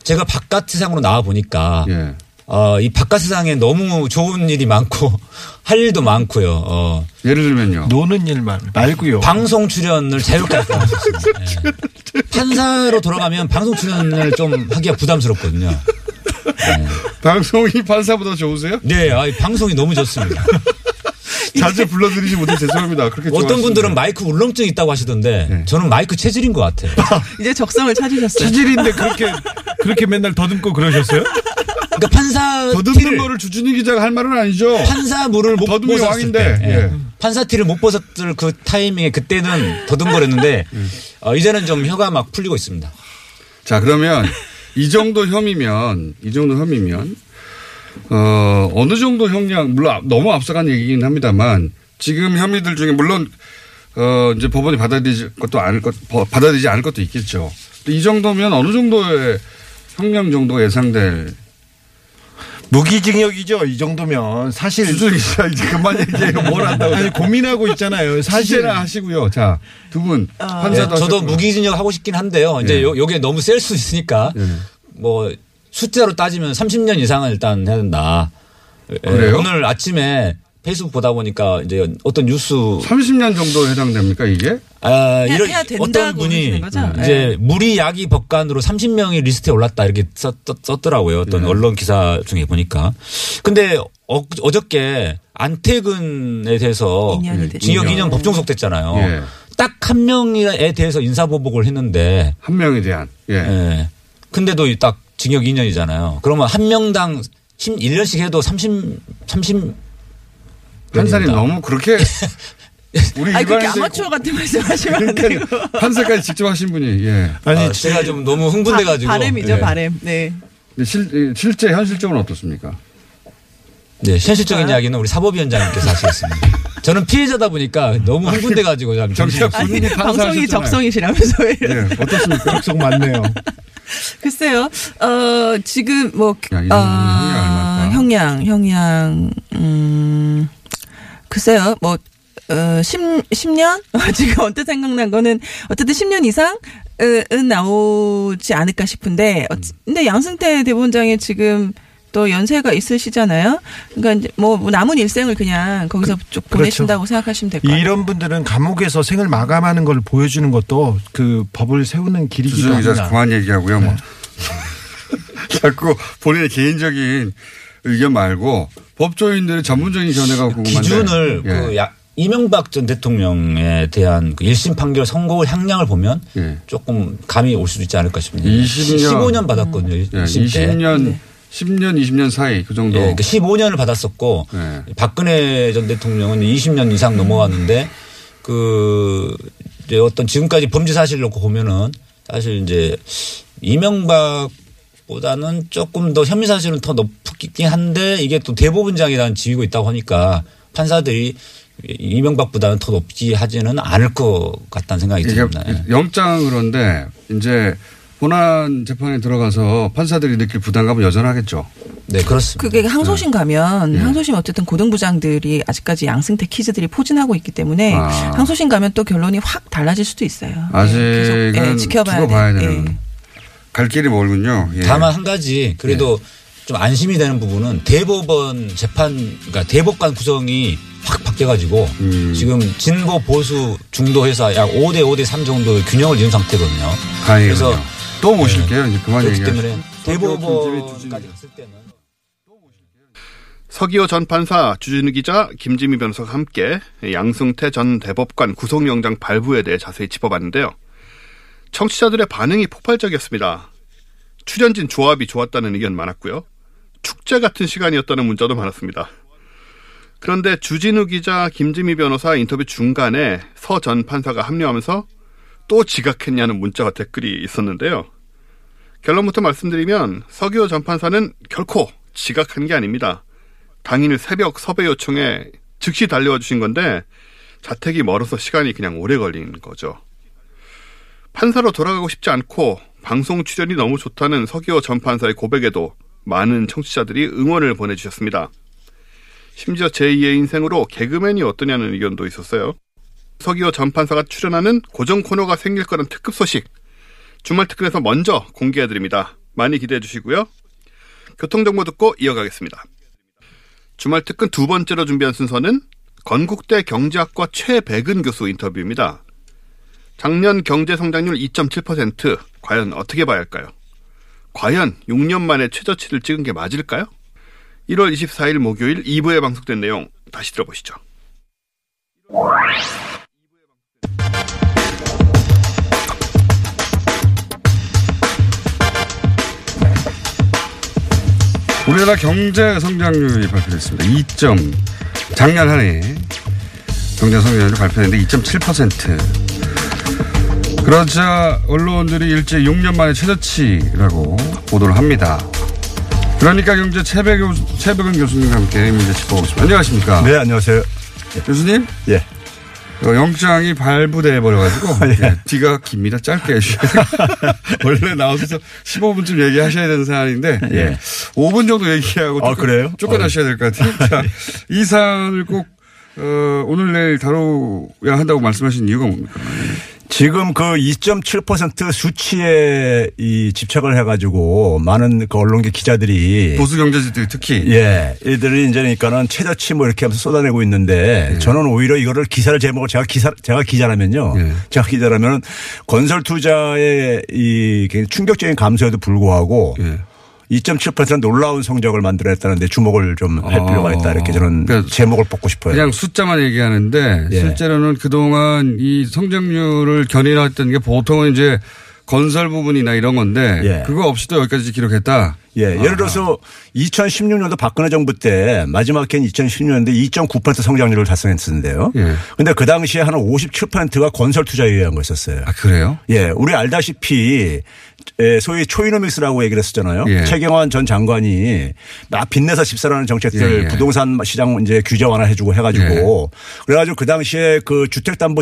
Speaker 6: 제가 바깥 세상으로 나와 보니까
Speaker 3: 예.
Speaker 6: 어, 이 바깥 세상에 너무 좋은 일이 많고 [LAUGHS] 할 일도 많고요. 어,
Speaker 3: 예를 들면요.
Speaker 5: 노는 일만 말고요.
Speaker 6: 방송 출연을 자유롭게 할수 있습니다. 예. 판사로 돌아가면 방송 출연을 좀 하기가 부담스럽거든요.
Speaker 3: 방송이 [LAUGHS] 판사보다 좋으세요?
Speaker 6: 네, 아, 이 방송이 너무
Speaker 3: [LAUGHS]
Speaker 6: 좋습니다.
Speaker 3: 자주 불러드리지 못해 죄송합니다. 그렇게
Speaker 6: [LAUGHS] 어떤
Speaker 3: 좋아하시는데.
Speaker 6: 분들은 마이크 울렁증 있다고 하시던데
Speaker 3: 네.
Speaker 6: 저는 마이크 체질인 것 같아요.
Speaker 4: 이제 적성을
Speaker 3: [LAUGHS]
Speaker 4: 찾으셨어요.
Speaker 5: 체질인데 그렇게 그렇게 맨날 더듬고 그러셨어요?
Speaker 6: 그러니까 판사
Speaker 3: 더듬는
Speaker 6: 티를
Speaker 3: 거를 주준희 기자가 할 말은 아니죠.
Speaker 6: 판사 물을 못
Speaker 3: 더듬이
Speaker 6: 벗었을
Speaker 3: 왕인데,
Speaker 6: 때,
Speaker 3: 예.
Speaker 6: 판사 티를 못 벗었을 그 타이밍에 그때는
Speaker 3: 예.
Speaker 6: 더듬거렸는데 어, 이제는 좀 혀가 막 풀리고 있습니다.
Speaker 3: 자 그러면 이 정도 혐의면 이 정도 혐의면 어 어느 정도 형량 물론 앞- 너무 앞서간 얘기긴 합니다만 지금 혐의들 중에 물론 어 이제 법원이 받아들이지 것도 않을 것 버- 받아들이지 않을 것도 있겠죠. 근데 이 정도면 어느 정도의 형량 정도 예상될
Speaker 5: 무기징역이죠. 이 정도면 사실
Speaker 3: 주준희 기자 이제
Speaker 5: [LAUGHS]
Speaker 3: 그만 얘기해요. 뭘 한다고
Speaker 5: 아니 고민하고 있잖아요. 사실
Speaker 3: 사실은 하시고요. 자 두 분
Speaker 4: 어,
Speaker 6: 예,
Speaker 3: 판사도
Speaker 6: 저도
Speaker 3: 하셨고요.
Speaker 6: 무기징역 하고 싶긴 한데요. 이제
Speaker 3: 예.
Speaker 6: 요, 요게 너무 셀 수 있으니까 뭐 숫자로 따지면 30년 이상은 일단 해야 된다. 예,
Speaker 3: 그래요?
Speaker 6: 오늘 아침에 페이스북 보다 보니까 이제 어떤 뉴스
Speaker 3: 30년 정도 해당됩니까 이게?
Speaker 6: 아,
Speaker 4: 해야-
Speaker 6: 이런
Speaker 4: 해야 된다고
Speaker 6: 어떤 분이 음,
Speaker 4: 그러시는 거죠? 네.
Speaker 6: 이제 무리 야기 법관으로 30명이 리스트에 올랐다 이렇게 썼, 더라고요 어떤 언론 기사 중에 보니까. 근데 어, 어저께 안태근에 대해서
Speaker 4: 인연이 됐죠.
Speaker 6: 징역
Speaker 4: 인연.
Speaker 6: 2년 법정속됐잖아요.
Speaker 3: 예.
Speaker 6: 딱 한 명에 대해서 인사보복을 했는데,
Speaker 3: 한 명에 대한 예.
Speaker 6: 예. 근데도 이딱 징역 2년이잖아요. 그러면 한 명당 1년씩 해도 30, 30
Speaker 3: 판사님
Speaker 6: 됩니다.
Speaker 3: 너무
Speaker 6: [LAUGHS]
Speaker 3: 그렇게 우리
Speaker 4: 아니 그렇게
Speaker 3: 일반인들
Speaker 4: 아마추어 같은 말씀하시면 안 돼요.
Speaker 3: 그러니까 [LAUGHS] 판사까지 직접 하신 분이 예.
Speaker 5: 아니
Speaker 6: 아, 제가 좀 너무 흥분돼가지고.
Speaker 4: 바, 바램이죠,
Speaker 6: 예.
Speaker 4: 바램. 네.
Speaker 3: 근데 실 예, 실제 현실적으로 어떻습니까?
Speaker 6: 네, 현실적인 이야기는 우리
Speaker 3: [LAUGHS]
Speaker 6: 사법위원장님께서 하시겠습니다. 저는 피해자다 보니까 너무 흥분돼가지고 잠 정신
Speaker 3: 아, 정작 본인이
Speaker 4: 방송이
Speaker 3: 판사하셨잖아요.
Speaker 4: 적성이시라면서 왜
Speaker 3: 예
Speaker 4: 이런.
Speaker 3: 어떻습니까?
Speaker 5: 속 맞네요.
Speaker 4: 글쎄요, 어, 지금 뭐,
Speaker 3: 야, 이 정도면
Speaker 4: 아, 형량, 형량, 음, 글쎄요, 뭐, 어, 10, 10년? [LAUGHS] 지금 언뜻 생각난 거는, 어쨌든 10년 이상? 은 나오지 않을까 싶은데, 어찌- 근데 양승태 대본장이 지금 또 연세가 있으시잖아요? 그러니까 이제 뭐, 뭐 남은 일생을 그냥 거기서 쭉
Speaker 5: 그렇죠.
Speaker 4: 보내신다고 생각하시면 될 것 같아요.
Speaker 5: 이런 분들은 감옥에서 생을 마감하는 걸 보여주는 것도 그 법을 세우는 길이기도
Speaker 3: 주준희 기자
Speaker 5: 합니다.
Speaker 3: 그만 얘기하고요. 뭐 [LAUGHS] 자꾸 본인의 개인적인 의견 말고 법조인들의 전문적인 견해가 궁금한데
Speaker 6: 아, 기준을
Speaker 3: 예.
Speaker 6: 그 야, 이명박 전 대통령에 대한 그 1심 판결 선고일 향량을 보면
Speaker 3: 예.
Speaker 6: 조금 감이 올 수도 있지 않을까 싶습니다.
Speaker 3: 20년.
Speaker 6: 15년 받았거든요.
Speaker 3: 예,
Speaker 6: 1심 때.
Speaker 3: 20년 10년 20년 사이 그 정도
Speaker 6: 예, 그러니까 15년을 받았었고
Speaker 3: 예.
Speaker 6: 박근혜 전 대통령은 20년 이상 넘어갔는데 그 이제 어떤 지금까지 범죄 사실 놓고 보면은 사실 이제 이명박보다는 조금 더 혐의 사실은 더 높긴 한데 이게 또 대법원장이라는 지위고 있다고 하니까 판사들이 이명박보다는 더 높지 하지는 않을 것 같다는 생각이
Speaker 3: 이게
Speaker 6: 듭니다. 예.
Speaker 3: 영장 그런데 이제 본안 재판에 들어가서 판사들이 느낄 부담감은 여전하겠죠.
Speaker 6: 네 그렇습니다.
Speaker 4: 그게 항소심
Speaker 3: 네. 예.
Speaker 4: 가면 항소심 어쨌든 고등부장들이 아직까지 양승태 키즈들이 포진하고 있기 때문에
Speaker 3: 아.
Speaker 4: 항소심 가면 또 결론이 확 달라질 수도 있어요.
Speaker 3: 예,
Speaker 4: 네,
Speaker 3: 아직은
Speaker 4: 계속, 예,
Speaker 3: 두고 봐야
Speaker 4: 돼.
Speaker 3: 되는
Speaker 4: 예.
Speaker 3: 갈 길이 멀군요. 예.
Speaker 6: 다만 한 가지 그래도 좀 안심이 되는 부분은 대법원 재판 그러니까 대법관 구성이 확 바뀌어가지고
Speaker 3: 음.
Speaker 6: 지금 진보 보수 중도 회사 약 5대 5대 3 정도의 균형을 이룬 상태거든요.
Speaker 3: 다행이군요.
Speaker 6: 그래서
Speaker 3: 또 모실게요. 이제 그만
Speaker 6: 그렇기
Speaker 3: 얘기하죠.
Speaker 6: 때문에 대법원까지 갔을 때는
Speaker 2: 서기호 전 판사, 주진우 기자, 김지미 변호사와 함께 양승태 전 대법관 구속영장 발부에 대해 자세히 짚어봤는데요. 청취자들의 반응이 폭발적이었습니다. 출연진 조합이 좋았다는 의견 많았고요. 축제 같은 시간이었다는 문자도 많았습니다. 그런데 주진우 기자, 김지미 변호사 인터뷰 중간에 서 전 판사가 합류하면서 또 지각했냐는 문자와 댓글이 있었는데요. 결론부터 말씀드리면 서기호 전 판사는 결코 지각한 게 아닙니다. 당일 새벽 섭외 요청에 즉시 달려와 주신 건데 자택이 멀어서 시간이 그냥 오래 걸린 거죠. 판사로 돌아가고 싶지 않고 방송 출연이 너무 좋다는 서기호 전 판사의 고백에도 많은 청취자들이 응원을 보내주셨습니다. 심지어 제2의 인생으로 개그맨이 어떠냐는 의견도 있었어요. 서기호 전 판사가 출연하는 고정 코너가 생길 거란 특급 소식 주말 특근에서 먼저 공개해드립니다. 많이 기대해 주시고요. 교통정보 듣고 이어가겠습니다. 주말 특근 두 번째로 준비한 순서는 건국대 경제학과 최백은 교수 인터뷰입니다. 작년 경제 성장률 2.7% 과연 어떻게 봐야 할까요? 과연 6년 만에 최저치를 찍은 게 맞을까요? 1월 24일 목요일 2부에 방송된 내용 다시 들어보시죠.
Speaker 3: 우리나라 경제 성장률이 발표됐습니다. 2점. 작년 한 해 경제 성장률이 발표됐는데 2.7%. 그러자 언론들이 일제 6년 만에 최저치라고 보도를 합니다. 그러니까 경제 최백, 최백은 교수님과 함께 이 문제 짚어보겠습니다. 안녕하십니까.
Speaker 7: 네, 안녕하세요.
Speaker 3: 교수님,
Speaker 7: 예. 아,
Speaker 3: 어, 영장이 발부돼
Speaker 7: [LAUGHS]
Speaker 3: 버려가지고 예, 뒤가 깁니다. 짧게 해주셔야 돼요. [LAUGHS] 원래 나오셔서 15분쯤 얘기하셔야 되는 사안인데 예.
Speaker 7: 예.
Speaker 3: 5분 정도 얘기하고
Speaker 7: 아, 그래요? 예.
Speaker 3: 쫓겨나셔야 될 것 같아요. 자, 이 사안을 꼭 어, 오늘 내일 다뤄야 한다고 말씀하신 이유가 뭡니까?
Speaker 7: 지금 그 2.7% 수치에 이 집착을 해가지고 많은 그 언론계 기자들이
Speaker 3: 보수 경제지들이 특히
Speaker 7: 예, 이들이 이제 그러니까는 최저치 뭐 이렇게 하면서 쏟아내고 있는데
Speaker 3: 예.
Speaker 7: 저는 오히려 이거를 기사를 제목을 제가 기사 제가 기자라면요.
Speaker 3: 예.
Speaker 7: 제가 기자라면 건설 투자의 이 굉장히 충격적인 감소에도 불구하고
Speaker 3: 예.
Speaker 7: 2.7% 놀라운 성적을 만들어냈다는데 주목을 좀 할
Speaker 3: 아.
Speaker 7: 필요가 있다 이렇게 저는
Speaker 3: 그러니까
Speaker 7: 제목을 뽑고 싶어요.
Speaker 3: 그냥 숫자만 얘기하는데
Speaker 7: 예.
Speaker 3: 실제로는 그동안 이 성장률을 견인했던 게 보통은 이제 건설 부분이나 이런 건데
Speaker 7: 예.
Speaker 3: 그거 없이도 여기까지 기록했다.
Speaker 7: 예, 예를 들어서 2016년도 박근혜 정부 때 마지막 해인 2016년도 2.9% 성장률을 달성했었는데요.
Speaker 3: 예.
Speaker 7: 근데 그 당시에 한 57%가 건설 투자에 의한 거였었어요.
Speaker 3: 아 그래요?
Speaker 7: 예, 우리 알다시피 예, 소위 초이노믹스라고 얘기를 했었잖아요.
Speaker 3: 예.
Speaker 7: 최경환 전 장관이 막 빚내서 집사라는 정책들
Speaker 3: 예, 예.
Speaker 7: 부동산 시장 이제 규제 완화해주고 해가지고 그래가지고 그 당시에 그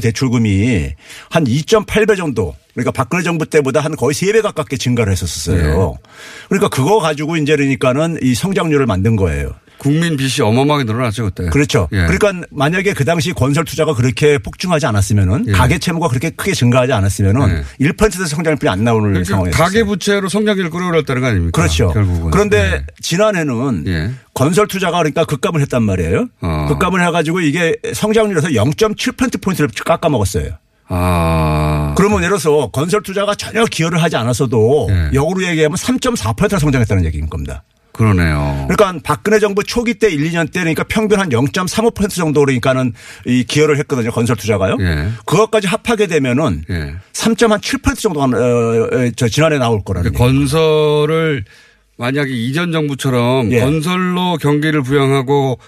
Speaker 7: 주택담보대출금이 한 2.8배 정도 그러니까 박근혜 정부 때보다 한 거의 3배 가깝게 증가를 했었어요.
Speaker 3: 예.
Speaker 7: 그러니까 그거 가지고 이제 그러니까는 이 성장률을 만든 거예요.
Speaker 3: 국민 빚이 어마어마하게 늘어났죠 그때.
Speaker 7: 그렇죠.
Speaker 3: 예.
Speaker 7: 그러니까 만약에 그 당시 건설 투자가 그렇게 폭증하지 않았으면은
Speaker 3: 예.
Speaker 7: 가계 채무가 그렇게 크게 증가하지 않았으면은 1%대 성장률이 안 나오는
Speaker 3: 그러니까
Speaker 7: 상황이었어요.
Speaker 3: 가계 부채로 성장률을 끌어올렸다는 거 아닙니까?
Speaker 7: 그렇죠.
Speaker 3: 결국은.
Speaker 7: 그런데
Speaker 3: 예.
Speaker 7: 지난해는
Speaker 3: 예.
Speaker 7: 건설 투자가 그러니까 급감을 했단 말이에요.
Speaker 3: 어.
Speaker 7: 급감을 해가지고 이게 성장률에서 0.7%포인트를 깎아먹었어요.
Speaker 3: 아
Speaker 7: 그러면 예를 들어서 건설 투자가 전혀 기여를 하지 않았어도
Speaker 3: 예.
Speaker 7: 역으로 얘기하면 3.4%가 성장했다는 얘기인 겁니다.
Speaker 3: 그러네요.
Speaker 7: 그러니까 박근혜 정부 초기 때 1, 2년 때 그러니까 평균 한 0.35% 정도 그러니까는 이 기여를 했거든요. 건설 투자가요.
Speaker 3: 예.
Speaker 7: 그것까지 합하게 되면은
Speaker 3: 예.
Speaker 7: 3.7% 정도가 어, 어, 저 지난해 나올 거라는
Speaker 3: 그러니까 건설을 만약에 이전 정부처럼
Speaker 7: 예.
Speaker 3: 건설로 경기를 부양하고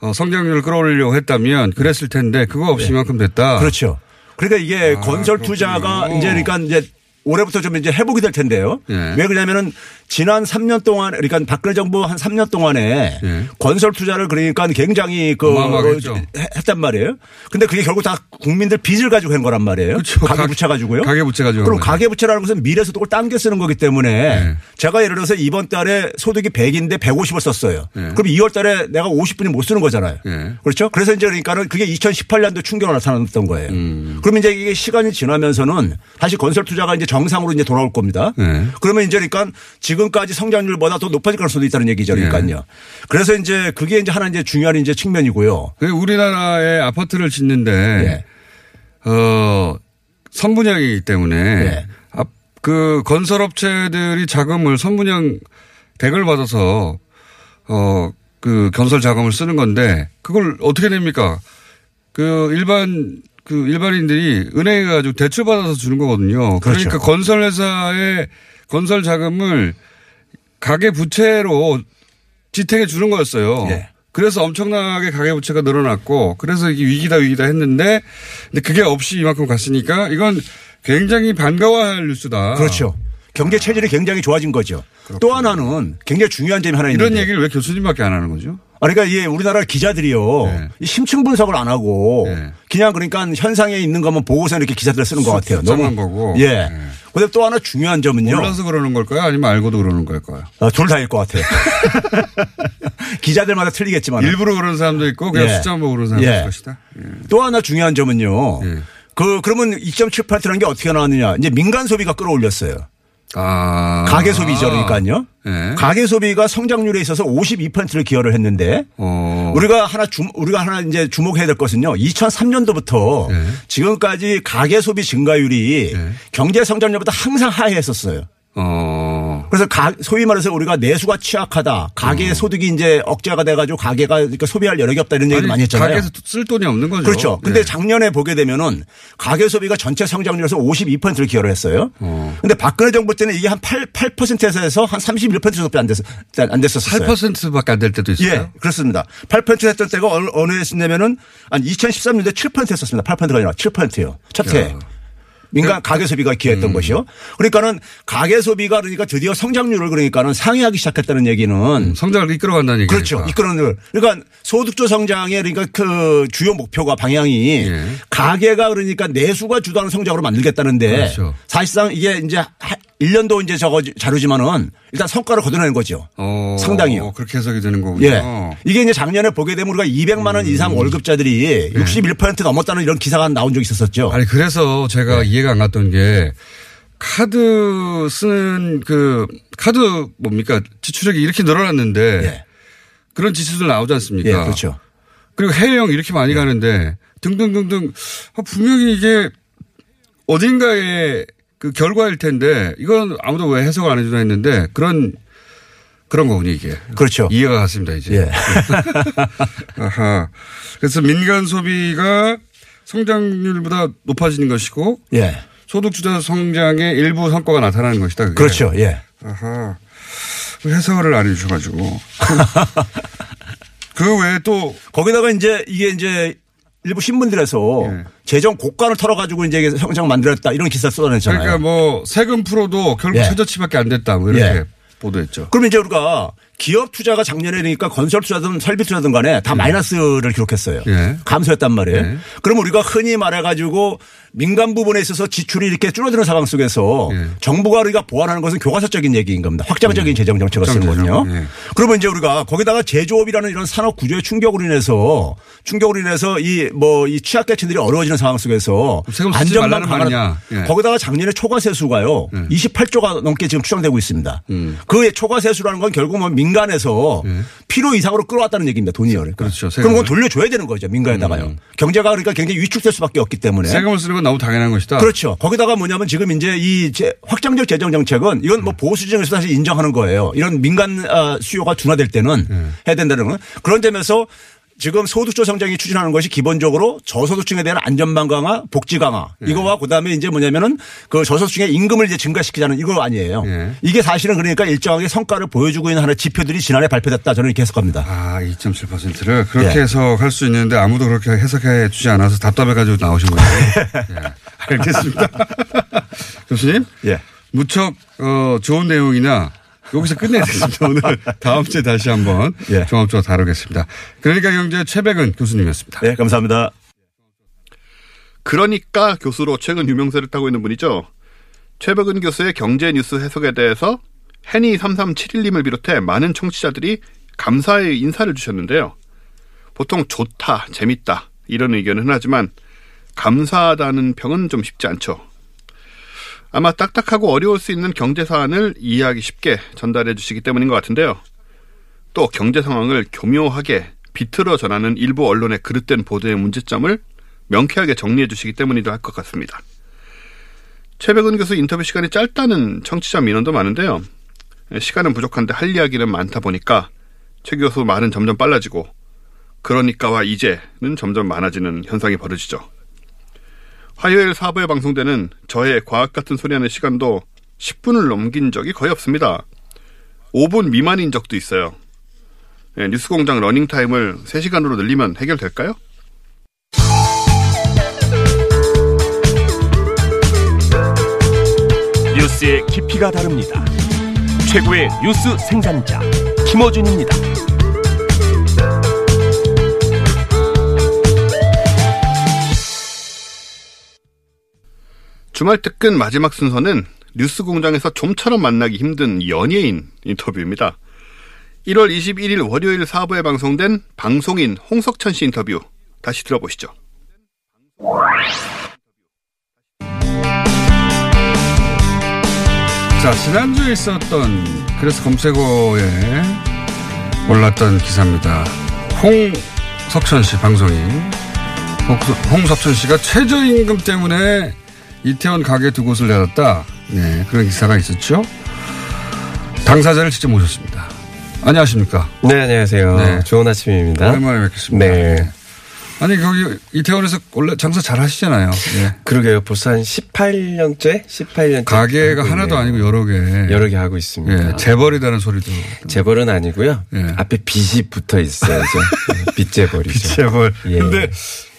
Speaker 3: 어, 성장률을 끌어올리려고 했다면 그랬을 텐데 그거 없이만큼 됐다.
Speaker 7: 예. 그렇죠. 그러니까 이게 건설 투자가
Speaker 3: 아, 그렇군요.
Speaker 7: 이제 그러니까 이제 올해부터 좀 이제 회복이 될 텐데요.
Speaker 3: 예.
Speaker 7: 왜 그러냐면은 지난 3년 동안 그러니까 박근혜 정부 한 3년 동안에
Speaker 3: 예.
Speaker 7: 건설 투자를 그러니까 굉장히 그
Speaker 3: 어마어마하게 했죠.
Speaker 7: 해- 했단 말이에요. 근데 그게 결국 다 국민들 빚을 가지고 한 거란 말이에요.
Speaker 3: 그렇죠.
Speaker 7: 가계
Speaker 3: 가-
Speaker 7: 부채 가지고요.
Speaker 3: 가계부채 가지고 네.
Speaker 7: 그럼
Speaker 3: 한 거예요.
Speaker 7: 가계 부채라는 것은 미래 소득을 당겨 쓰는 거기 때문에
Speaker 3: 예.
Speaker 7: 제가 예를 들어서 이번 달에 소득이 100인데 150을 썼어요.
Speaker 3: 예.
Speaker 7: 그럼 2월 달에 내가 50분이 못 쓰는 거잖아요.
Speaker 3: 예.
Speaker 7: 그렇죠? 그래서 이제 그러니까는 그게 2018년도 충격을 나타났던 거예요.
Speaker 3: 음.
Speaker 7: 그러면 이제 이게 시간이 지나면서는 다시 건설 투자가 이제 정상으로 이제 돌아올 겁니다.
Speaker 3: 예.
Speaker 7: 그러면 이제 그러니까 지금까지 성장률보다 더 높아질 가능성도 있다는 얘기죠.
Speaker 3: 네.
Speaker 7: 그러니까요. 그래서 이제 그게 이제 하나 이제 중요한 이제 측면이고요.
Speaker 3: 그 우리나라에 아파트를
Speaker 7: 예.
Speaker 3: 짓는데 어 선분양이기 때문에
Speaker 7: 예.
Speaker 3: 앞- 그 건설업체들이 자금을 선분양 백을 받아서 어 그 건설 자금을 쓰는 건데 그걸 어떻게 됩니까? 그 일반 그 일반인들이 은행에 가지고 대출 받아서 주는 거거든요. 그러니까
Speaker 7: 그렇죠.
Speaker 3: 건설회사의 건설 자금을 가계 부채로 지택에 주는 거였어요.
Speaker 7: 예.
Speaker 3: 그래서 엄청나게 가계부채가 늘어났고 그래서 이게 위기다 위기다 했는데 근데 그게 없이 이만큼 갔으니까 이건 굉장히 반가워할 뉴스다.
Speaker 7: 그렇죠. 경제 체질이 굉장히 좋아진 거죠. 또 하나는 굉장히 중요한 점이 하나 있는데
Speaker 3: 이런 얘기를 왜 교수님밖에 안 하는 거죠?
Speaker 7: 아, 그러니까 이 우리나라 기자들이요.
Speaker 3: 네.
Speaker 7: 이 심층 분석을 안 하고
Speaker 3: 네.
Speaker 7: 그냥 그러니까 현상에 있는 것만 보고서 이렇게 기사들을 쓰는 것
Speaker 3: 수-
Speaker 7: 같아요.
Speaker 3: 수정한 거고.
Speaker 7: 예.
Speaker 3: 네.
Speaker 7: 그런데 또 하나 중요한 점은요.
Speaker 3: 몰라서 그러는 걸까요? 아니면 알고도 그러는 걸까요?
Speaker 7: 아, 둘 다일 것 같아요. [LAUGHS] 기자들마다 틀리겠지만.
Speaker 3: 일부러 그런 사람도 있고 그냥
Speaker 7: 예.
Speaker 3: 숫자만 보고 그런 사람도
Speaker 7: 예.
Speaker 3: 있을 것이다.
Speaker 7: 또 하나 중요한 점은요.
Speaker 3: 예.
Speaker 7: 그 그러면 2.7%라는 게 어떻게 나왔느냐? 이제 민간 소비가 끌어올렸어요.
Speaker 3: 아.
Speaker 7: 가계 소비죠, 그러니까요.
Speaker 3: 예.
Speaker 7: 가계 소비가 성장률에 있어서 52%를 기여를 했는데
Speaker 3: 어.
Speaker 7: 우리가 하나 주, 우리가 하나 이제 주목해야 될 것은요. 2003년도부터
Speaker 3: 예.
Speaker 7: 지금까지 가계 소비 증가율이
Speaker 3: 예.
Speaker 7: 경제 성장률보다 항상 하회했었어요.
Speaker 3: 어.
Speaker 7: 그래서 가- 소위 말해서 우리가 내수가 취약하다. 가계
Speaker 3: 음.
Speaker 7: 소득이 이제 억제가 돼가지고 가계가 그러니까 소비할 여력이 없다 이런 얘기를
Speaker 3: 아니,
Speaker 7: 많이 했잖아요.
Speaker 3: 가게에서 쓸 돈이 없는 거죠.
Speaker 7: 그렇죠. 근데
Speaker 3: 예.
Speaker 7: 작년에 보게 되면은 가계 소비가 전체 성장률에서 52%를 기여를 했어요. 근데 박근혜 정부 때는 이게 한 8, 8%에서 한 31%밖에 안, 됐, 안 됐었어요.
Speaker 3: 8%밖에 안 될 때도 있어요.
Speaker 7: 예, 그렇습니다. 8% 했던 때가 어느, 어느 했냐면은 한 2013년도에 7% 했었습니다. 8%가 아니라 7%요. 첫 해.
Speaker 3: 야.
Speaker 7: 민간 가계 소비가 기여했던
Speaker 3: 음.
Speaker 7: 것이요. 그러니까는 가계 소비가 그러니까 드디어 성장률을 그러니까는 상회하기 시작했다는 얘기는
Speaker 3: 음, 예. 성장을 이끌어간다는 얘기죠.
Speaker 7: 그렇죠. 이끌어낼. 그러니까 소득조 성장의 그러니까 그 주요 목표가 방향이
Speaker 3: 예.
Speaker 7: 가계가 그러니까 내수가 주도하는 성장으로 만들겠다는데
Speaker 3: 그렇죠.
Speaker 7: 사실상 이게 이제 하- 1년도 이제 저거 자료지만은 일단 성과를 거둬낸 거죠.
Speaker 3: 어,
Speaker 7: 상당히요.
Speaker 3: 그렇게 해석이 되는 거군요.
Speaker 7: 예. 이게 이제 작년에 보게 되면 우리가 200만
Speaker 3: 음.
Speaker 7: 원 이상
Speaker 3: 예.
Speaker 7: 월급자들이 61% 넘었다는 이런 기사가 나온 적이 있었었죠.
Speaker 3: 아니 그래서 제가
Speaker 7: 네.
Speaker 3: 이해가 안 갔던 게 카드 쓰는 그 카드 뭡니까 지출액이 이렇게 늘어났는데
Speaker 7: 예.
Speaker 3: 그런 지출들 나오지 않습니까?
Speaker 7: 예, 그렇죠. 예.
Speaker 3: 그리고 해외여행 이렇게 많이 가는데 등등등등 아, 분명히 이게 어딘가의 그 결과일 텐데 이건 아무도 왜 해석을 안 해주나 했는데 그런 그런 거군요 이게.
Speaker 7: 그렇죠.
Speaker 3: 이해가 갔습니다 이제. [LAUGHS]
Speaker 7: 예.
Speaker 3: 아하. 그래서 민간 소비가 성장률보다 높아지는 것이고
Speaker 7: 예.
Speaker 3: 소득 주도 성장의 일부 성과가 나타나는 것이다. 그게.
Speaker 7: 그렇죠. 예.
Speaker 3: 아하. 해석을 안
Speaker 7: [LAUGHS]
Speaker 3: 해주셔가지고. 그 외에 또
Speaker 7: 거기다가 이제 이게 이제 일부 신문들에서
Speaker 3: 예.
Speaker 7: 재정 고관을 털어가지고 이제 이게 성장 만들었다 이런 기사 쏟아냈잖아요.
Speaker 3: 그러니까 뭐 세금 풀어도 결국
Speaker 7: 예.
Speaker 3: 최저치밖에 안 됐다. 뭐 이렇게
Speaker 7: 예.
Speaker 3: 보도했죠.
Speaker 7: 그럼 이제 우리가 기업 투자가 작년에 그러니까 건설 투자든 설비 투자든 간에
Speaker 3: 네.
Speaker 7: 다 마이너스를 기록했어요.
Speaker 3: 예.
Speaker 7: 감소했단 말이에요.
Speaker 3: 예.
Speaker 7: 그럼 우리가 흔히 말해가지고 민간 부분에 있어서 지출이 이렇게 줄어드는 상황 속에서
Speaker 3: 예.
Speaker 7: 정부가 우리가 보완하는 것은 교과서적인 얘기인 겁니다. 확장적인 재정 정책을 쓰는
Speaker 3: 음. 확장적인,
Speaker 7: 거죠.
Speaker 3: 예.
Speaker 7: 그러면 이제 우리가 거기다가 제조업이라는 이런 산업 구조의 충격으로 인해서 충격으로 인해서 이 뭐 이 취약계층들이 어려워지는 상황 속에서
Speaker 3: 세금 쓰지 말라는
Speaker 7: 강화를-
Speaker 3: 말이냐. 예.
Speaker 7: 거기다가 작년에 초과세수가요
Speaker 3: 음.
Speaker 7: 28조가 넘게 지금 추정되고 있습니다. 그 초과세수라는 건 결국 뭐 민간에서 필요 이상으로 끌어왔다는 얘기입니다. 돈이요. 그러니까.
Speaker 3: 음. 그렇죠.
Speaker 7: 그럼 그건
Speaker 3: 세금을. 음.
Speaker 7: 돌려줘야 되는 거죠. 민간에다가요. 경제가 그러니까 굉장히 위축될 수밖에 없기 때문에.
Speaker 3: 세금을 쓰는 건 너무 당연한 것이다.
Speaker 7: 그 그렇죠. 거기다가 뭐냐면 지금 이제 이 제- 확장적 재정 정책은 이건
Speaker 3: 음.
Speaker 7: 뭐 보수 진영에서 사실 인정하는 거예요. 이런 민간 아, 수요가 둔화될 때는
Speaker 3: 음.
Speaker 7: 해야 된다는 건 그런 점에서 지금 소득조 성장이 추진하는 것이 기본적으로 저소득층에 대한 안전망 강화, 복지 강화
Speaker 3: 예.
Speaker 7: 이거와 그다음에 이제 뭐냐면은 그 저소득층의 임금을 이제 증가시키자는 이거 아니에요.
Speaker 3: 예.
Speaker 7: 이게 사실은 그러니까 일정하게 성과를 보여주고 있는 하나의 지표들이 지난해 발표됐다 저는 이렇게 해석합니다.
Speaker 3: 아, 2.7%를 그렇게
Speaker 7: 예.
Speaker 3: 해석할 수 있는데 아무도 그렇게 해석해 주지 않아서 답답해가지고 나오신 거예요.
Speaker 7: [LAUGHS]
Speaker 3: 예, 알겠습니다. [LAUGHS] 교수님.
Speaker 7: 예.
Speaker 3: 무척 어, 좋은 내용이나 여기서 끝내야 되겠습니다. 오늘 다음 주에 다시 한번
Speaker 7: 예.
Speaker 3: 종합적으로 다루겠습니다. 그러니까 경제 최백은 교수님이었습니다.
Speaker 7: 네, 감사합니다.
Speaker 2: 그러니까 교수로 최근 유명세를 타고 있는 분이죠. 최백은 교수의 경제 뉴스 해석에 대해서 해니 3371님을 비롯해 많은 청취자들이 감사의 인사를 주셨는데요. 보통 좋다, 재밌다 이런 의견은 흔하지만 감사하다는 평은 좀 쉽지 않죠. 아마 딱딱하고 어려울 수 있는 경제 사안을 이해하기 쉽게 전달해 주시기 때문인 것 같은데요. 또 경제 상황을 교묘하게 비틀어 전하는 일부 언론의 그릇된 보도의 문제점을 명쾌하게 정리해 주시기 때문이기도 할 것 같습니다. 최백은 교수 인터뷰 시간이 짧다는 청취자 민원도 많은데요. 시간은 부족한데 할 이야기는 많다 보니까 최 교수 말은 점점 빨라지고 그러니까와 이제는 점점 많아지는 현상이 벌어지죠. 화요일 사부에 방송되는 저의 과학 같은 소리하는 시간도 10분을 넘긴 적이 거의 없습니다. 5분 미만인 적도 있어요. 예, 뉴스공장 러닝타임을 3시간으로 늘리면 해결될까요?
Speaker 8: 뉴스의 깊이가 다릅니다. 최고의 뉴스 생산자 김어준입니다.
Speaker 2: 주말 특근 마지막 순서는 뉴스공장에서 좀처럼 만나기 힘든 연예인 인터뷰입니다. 1월 21일 월요일 사부에 방송된 방송인 홍석천 씨 인터뷰 다시 들어보시죠.
Speaker 3: 자, 지난주에 있었던, 그래서 검색어에 올랐던 기사입니다. 홍석천 씨, 방송인. 홍석- 홍석천 씨가 최저임금 때문에 이태원 가게 두 곳을 내렸다. 네, 그런 기사가 있었죠. 당사자를 직접 모셨습니다. 안녕하십니까.
Speaker 9: 네, 안녕하세요.
Speaker 3: 네.
Speaker 9: 좋은 아침입니다.
Speaker 3: 오랜만에 뵙겠습니다.
Speaker 9: 네.
Speaker 3: 아니, 거기 이태원에서 원래 장사 잘 하시잖아요. 네.
Speaker 9: 그러게요. 벌써 한 18년째? 18년째. 네.
Speaker 3: 가게가 하나도 아니고 여러 개.
Speaker 9: 여러 개 하고 있습니다.
Speaker 3: 예, 재벌이라는 소리도.
Speaker 9: 재벌은 아니고요.
Speaker 3: 예.
Speaker 9: 앞에 빚이 붙어
Speaker 3: [LAUGHS]
Speaker 9: 있어야죠. 예, 빚재벌이죠.
Speaker 3: 재벌.
Speaker 9: 예.
Speaker 3: 근데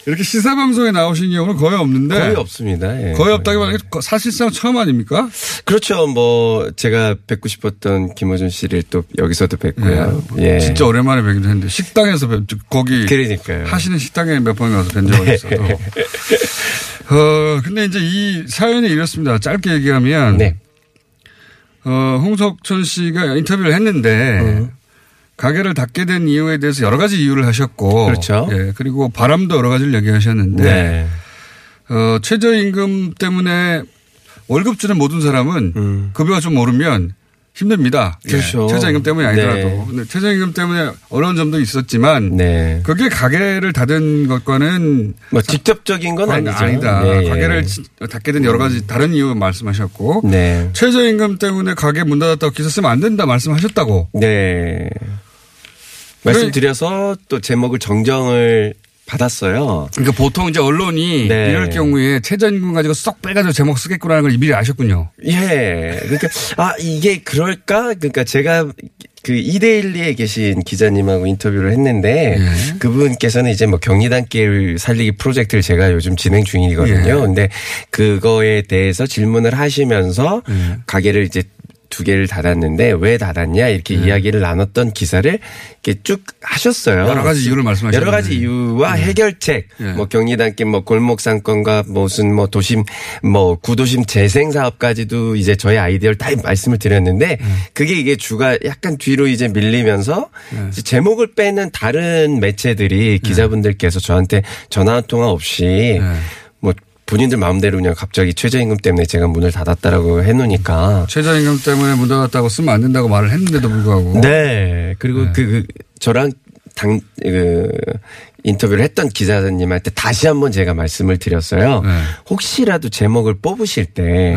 Speaker 3: 이렇게 시사 방송에 나오신 경우는 거의 없는데
Speaker 9: 거의 없습니다. 예.
Speaker 3: 네. 거의 없다기보다 는 사실상 처음 아닙니까?
Speaker 9: 그렇죠. 뭐 제가 뵙고 싶었던 김어준 씨를 또 여기서도 뵙고요. 예.
Speaker 3: 진짜 오랜만에 뵙기도 했는데 식당에서 뵙, 즉, 거기
Speaker 9: 그러니까요.
Speaker 3: 하시는 식당에 몇 번 가서 뵌
Speaker 9: 네.
Speaker 3: 적은 있어도. 어 근데 이제 이 사연이 이렇습니다. 짧게 얘기하면
Speaker 9: 네.
Speaker 3: 어, 홍석천 씨가 인터뷰를 했는데
Speaker 9: 음.
Speaker 3: 가게를 닫게 된 이유에 대해서 여러 가지 이유를 하셨고
Speaker 9: 그렇죠.
Speaker 3: 예, 그리고 바람도 여러 가지를 얘기하셨는데
Speaker 9: 네.
Speaker 3: 어, 최저임금 때문에 월급 주는 모든 사람은
Speaker 9: 음.
Speaker 3: 급여가 좀 오르면 힘듭니다. 예,
Speaker 9: 그렇죠.
Speaker 3: 최저임금 때문이 아니더라도.
Speaker 9: 네.
Speaker 3: 근데 최저임금 때문에 어려운 점도 있었지만
Speaker 9: 네.
Speaker 3: 그게 가게를 닫은 것과는
Speaker 9: 뭐 직접적인 건 아니죠.
Speaker 3: 아니다.
Speaker 9: 예, 예.
Speaker 3: 가게를 지- 닫게 된 여러 가지 다른 이유 말씀하셨고
Speaker 9: 네.
Speaker 3: 최저임금 때문에 가게 문 닫았다고 기사 쓰면 안 된다 말씀하셨다고.
Speaker 9: 네. 말씀드려서 또 제목을 정정을 받았어요.
Speaker 3: 그러니까 보통 이제 언론이
Speaker 9: 네.
Speaker 3: 이럴 경우에 최저임금 가지고 쏙 빼가지고 제목 쓰겠구나라는 걸 미리 아셨군요.
Speaker 9: 예. 그러니까 아 이게 그럴까? 그러니까 제가 그 이데일리에 계신 기자님하고 인터뷰를 했는데
Speaker 3: 예.
Speaker 9: 그분께서는 이제 뭐 경리단길 살리기 프로젝트를 제가 요즘 진행
Speaker 3: 예.
Speaker 9: 중이거든요. 근데 그거에 대해서 질문을 하시면서
Speaker 3: 예.
Speaker 9: 가게를 이제 두 개를 닫았는데 왜 닫았냐 이렇게
Speaker 3: 예.
Speaker 9: 이야기를 나눴던 기사를 이렇게 쭉 하셨어요.
Speaker 3: 여러 가지 이유를 말씀하셨는데.
Speaker 9: 여러 가지 이유와 해결책,
Speaker 3: 음. 예.
Speaker 9: 뭐 경리단길, 뭐 골목 상권과 무슨 뭐 도심, 뭐 구도심 재생 사업까지도 이제 저희 아이디어를 다 말씀을 드렸는데
Speaker 3: 음.
Speaker 9: 그게 이게 주가 약간 뒤로 이제 밀리면서
Speaker 3: 예.
Speaker 9: 이제 제목을 빼는 다른 매체들이 기자분들께서 저한테 전화 한 통화
Speaker 3: 예.
Speaker 9: 없이 뭐 본인들 마음대로 그냥 갑자기 최저임금 때문에 제가 문을 닫았다라고 해놓으니까
Speaker 3: 최저임금 때문에 문 닫았다고 쓰면 안 된다고 말을 했는데도 불구하고.
Speaker 9: 네. 그리고 그, 그 저랑 당, 그, 인터뷰를 했던 기자님한테 다시 한번 제가 말씀을 드렸어요.
Speaker 3: 네.
Speaker 9: 혹시라도 제목을 뽑으실 때
Speaker 3: 네.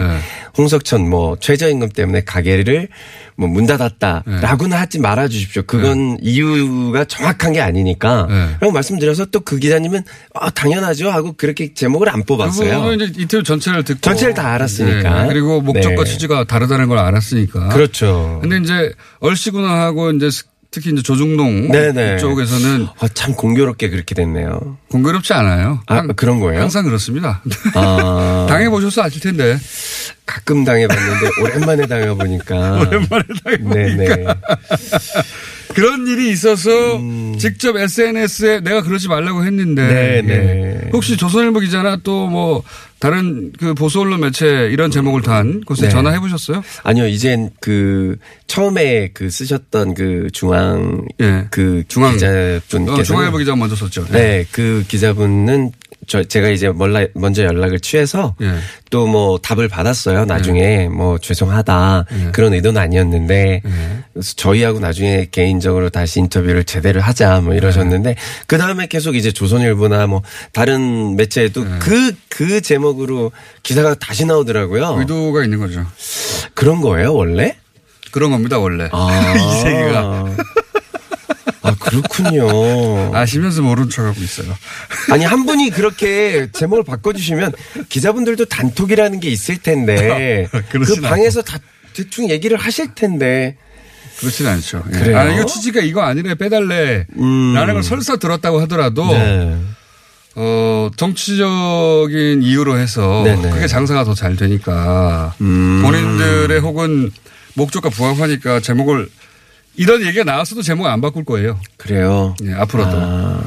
Speaker 9: 홍석천 뭐 최저임금 때문에 가게를 뭐 문
Speaker 3: 네.
Speaker 9: 닫았다라고는 하지 말아 주십시오. 그건 이유가 정확한 게 아니니까.
Speaker 3: 네.
Speaker 9: 라고 말씀드려서 또 그 기자님은 아, 당연하죠 하고 그렇게 제목을 안 뽑았어요.
Speaker 3: 그분은 뭐, 이제 이태원 전체를 듣고
Speaker 9: 전체를 다 알았으니까.
Speaker 3: 예, 그리고 목적과
Speaker 9: 네.
Speaker 3: 취지가 다르다는 걸 알았으니까.
Speaker 9: 그렇죠.
Speaker 3: 근데 이제 얼씨구나하고 이제 스- 특히 이제 조중동
Speaker 9: 네네.
Speaker 3: 쪽에서는
Speaker 9: 아, 참 공교롭게 그렇게 됐네요.
Speaker 3: 공교롭지 않아요.
Speaker 9: 아, 그런 거예요?
Speaker 3: 항상 그렇습니다.
Speaker 9: 아.
Speaker 3: [LAUGHS] 당해 보셔서 아실 텐데.
Speaker 9: 가끔 [LAUGHS] 당해봤는데 오랜만에 당해보니까 오랜만에 당해보니까 네네
Speaker 3: 그런 일이 있어서 직접 SNS에 내가 그러지 말라고 했는데
Speaker 9: 음. 네네.
Speaker 3: 예. 혹시 조선일보 기자나 또 뭐 다른 그 보수 언론 매체 이런 제목을 단 곳에
Speaker 9: 네.
Speaker 3: 전화해 보셨어요?
Speaker 9: 아니요 이젠 그 처음에 그 쓰셨던 그 중앙
Speaker 3: 예.
Speaker 9: 그
Speaker 3: 중앙-
Speaker 9: 기자분께서
Speaker 3: 어, 중앙일보 기자 먼저 썼죠.
Speaker 9: 네그 기자분은 저 제가 이제 몰라 먼저 연락을 취해서
Speaker 3: 예.
Speaker 9: 또 뭐 답을 받았어요 나중에 뭐 죄송하다 그런 의도는 아니었는데 그래서 저희하고 나중에 개인적으로 다시 인터뷰를 제대로 하자 뭐 이러셨는데 그 다음에 계속 이제 조선일보나 뭐 다른 매체에도 그 그 제목으로 기사가 다시 나오더라고요
Speaker 3: 의도가 있는 거죠.
Speaker 9: 그런 거예요 원래
Speaker 3: 그런 겁니다 원래.
Speaker 9: 아. [LAUGHS] 이 세계가 아 그렇군요
Speaker 3: 아시면서 모른 척하고 있어요.
Speaker 9: 아니 한 분이 그렇게 제목을 바꿔주시면 기자분들도 단톡이라는 게 있을 텐데 그
Speaker 3: 아, 그렇진
Speaker 9: 방에서 다 대충 얘기를 하실 텐데
Speaker 3: 그렇진 않죠. 예.
Speaker 9: 그래요?
Speaker 3: 아, 이거 취지가 이거 아니래 빼달래.
Speaker 9: 음.
Speaker 3: 라는 걸 설사 들었다고 하더라도
Speaker 9: 네.
Speaker 3: 어, 정치적인 이유로 해서
Speaker 9: 네네. 음.
Speaker 3: 그게 장사가 더 잘 되니까 본인들의 혹은 목적과 부합하니까 제목을 이런 얘기가 나왔어도 제목을 안 바꿀 거예요.
Speaker 9: 그래요.
Speaker 3: 예, 앞으로도.
Speaker 9: 아.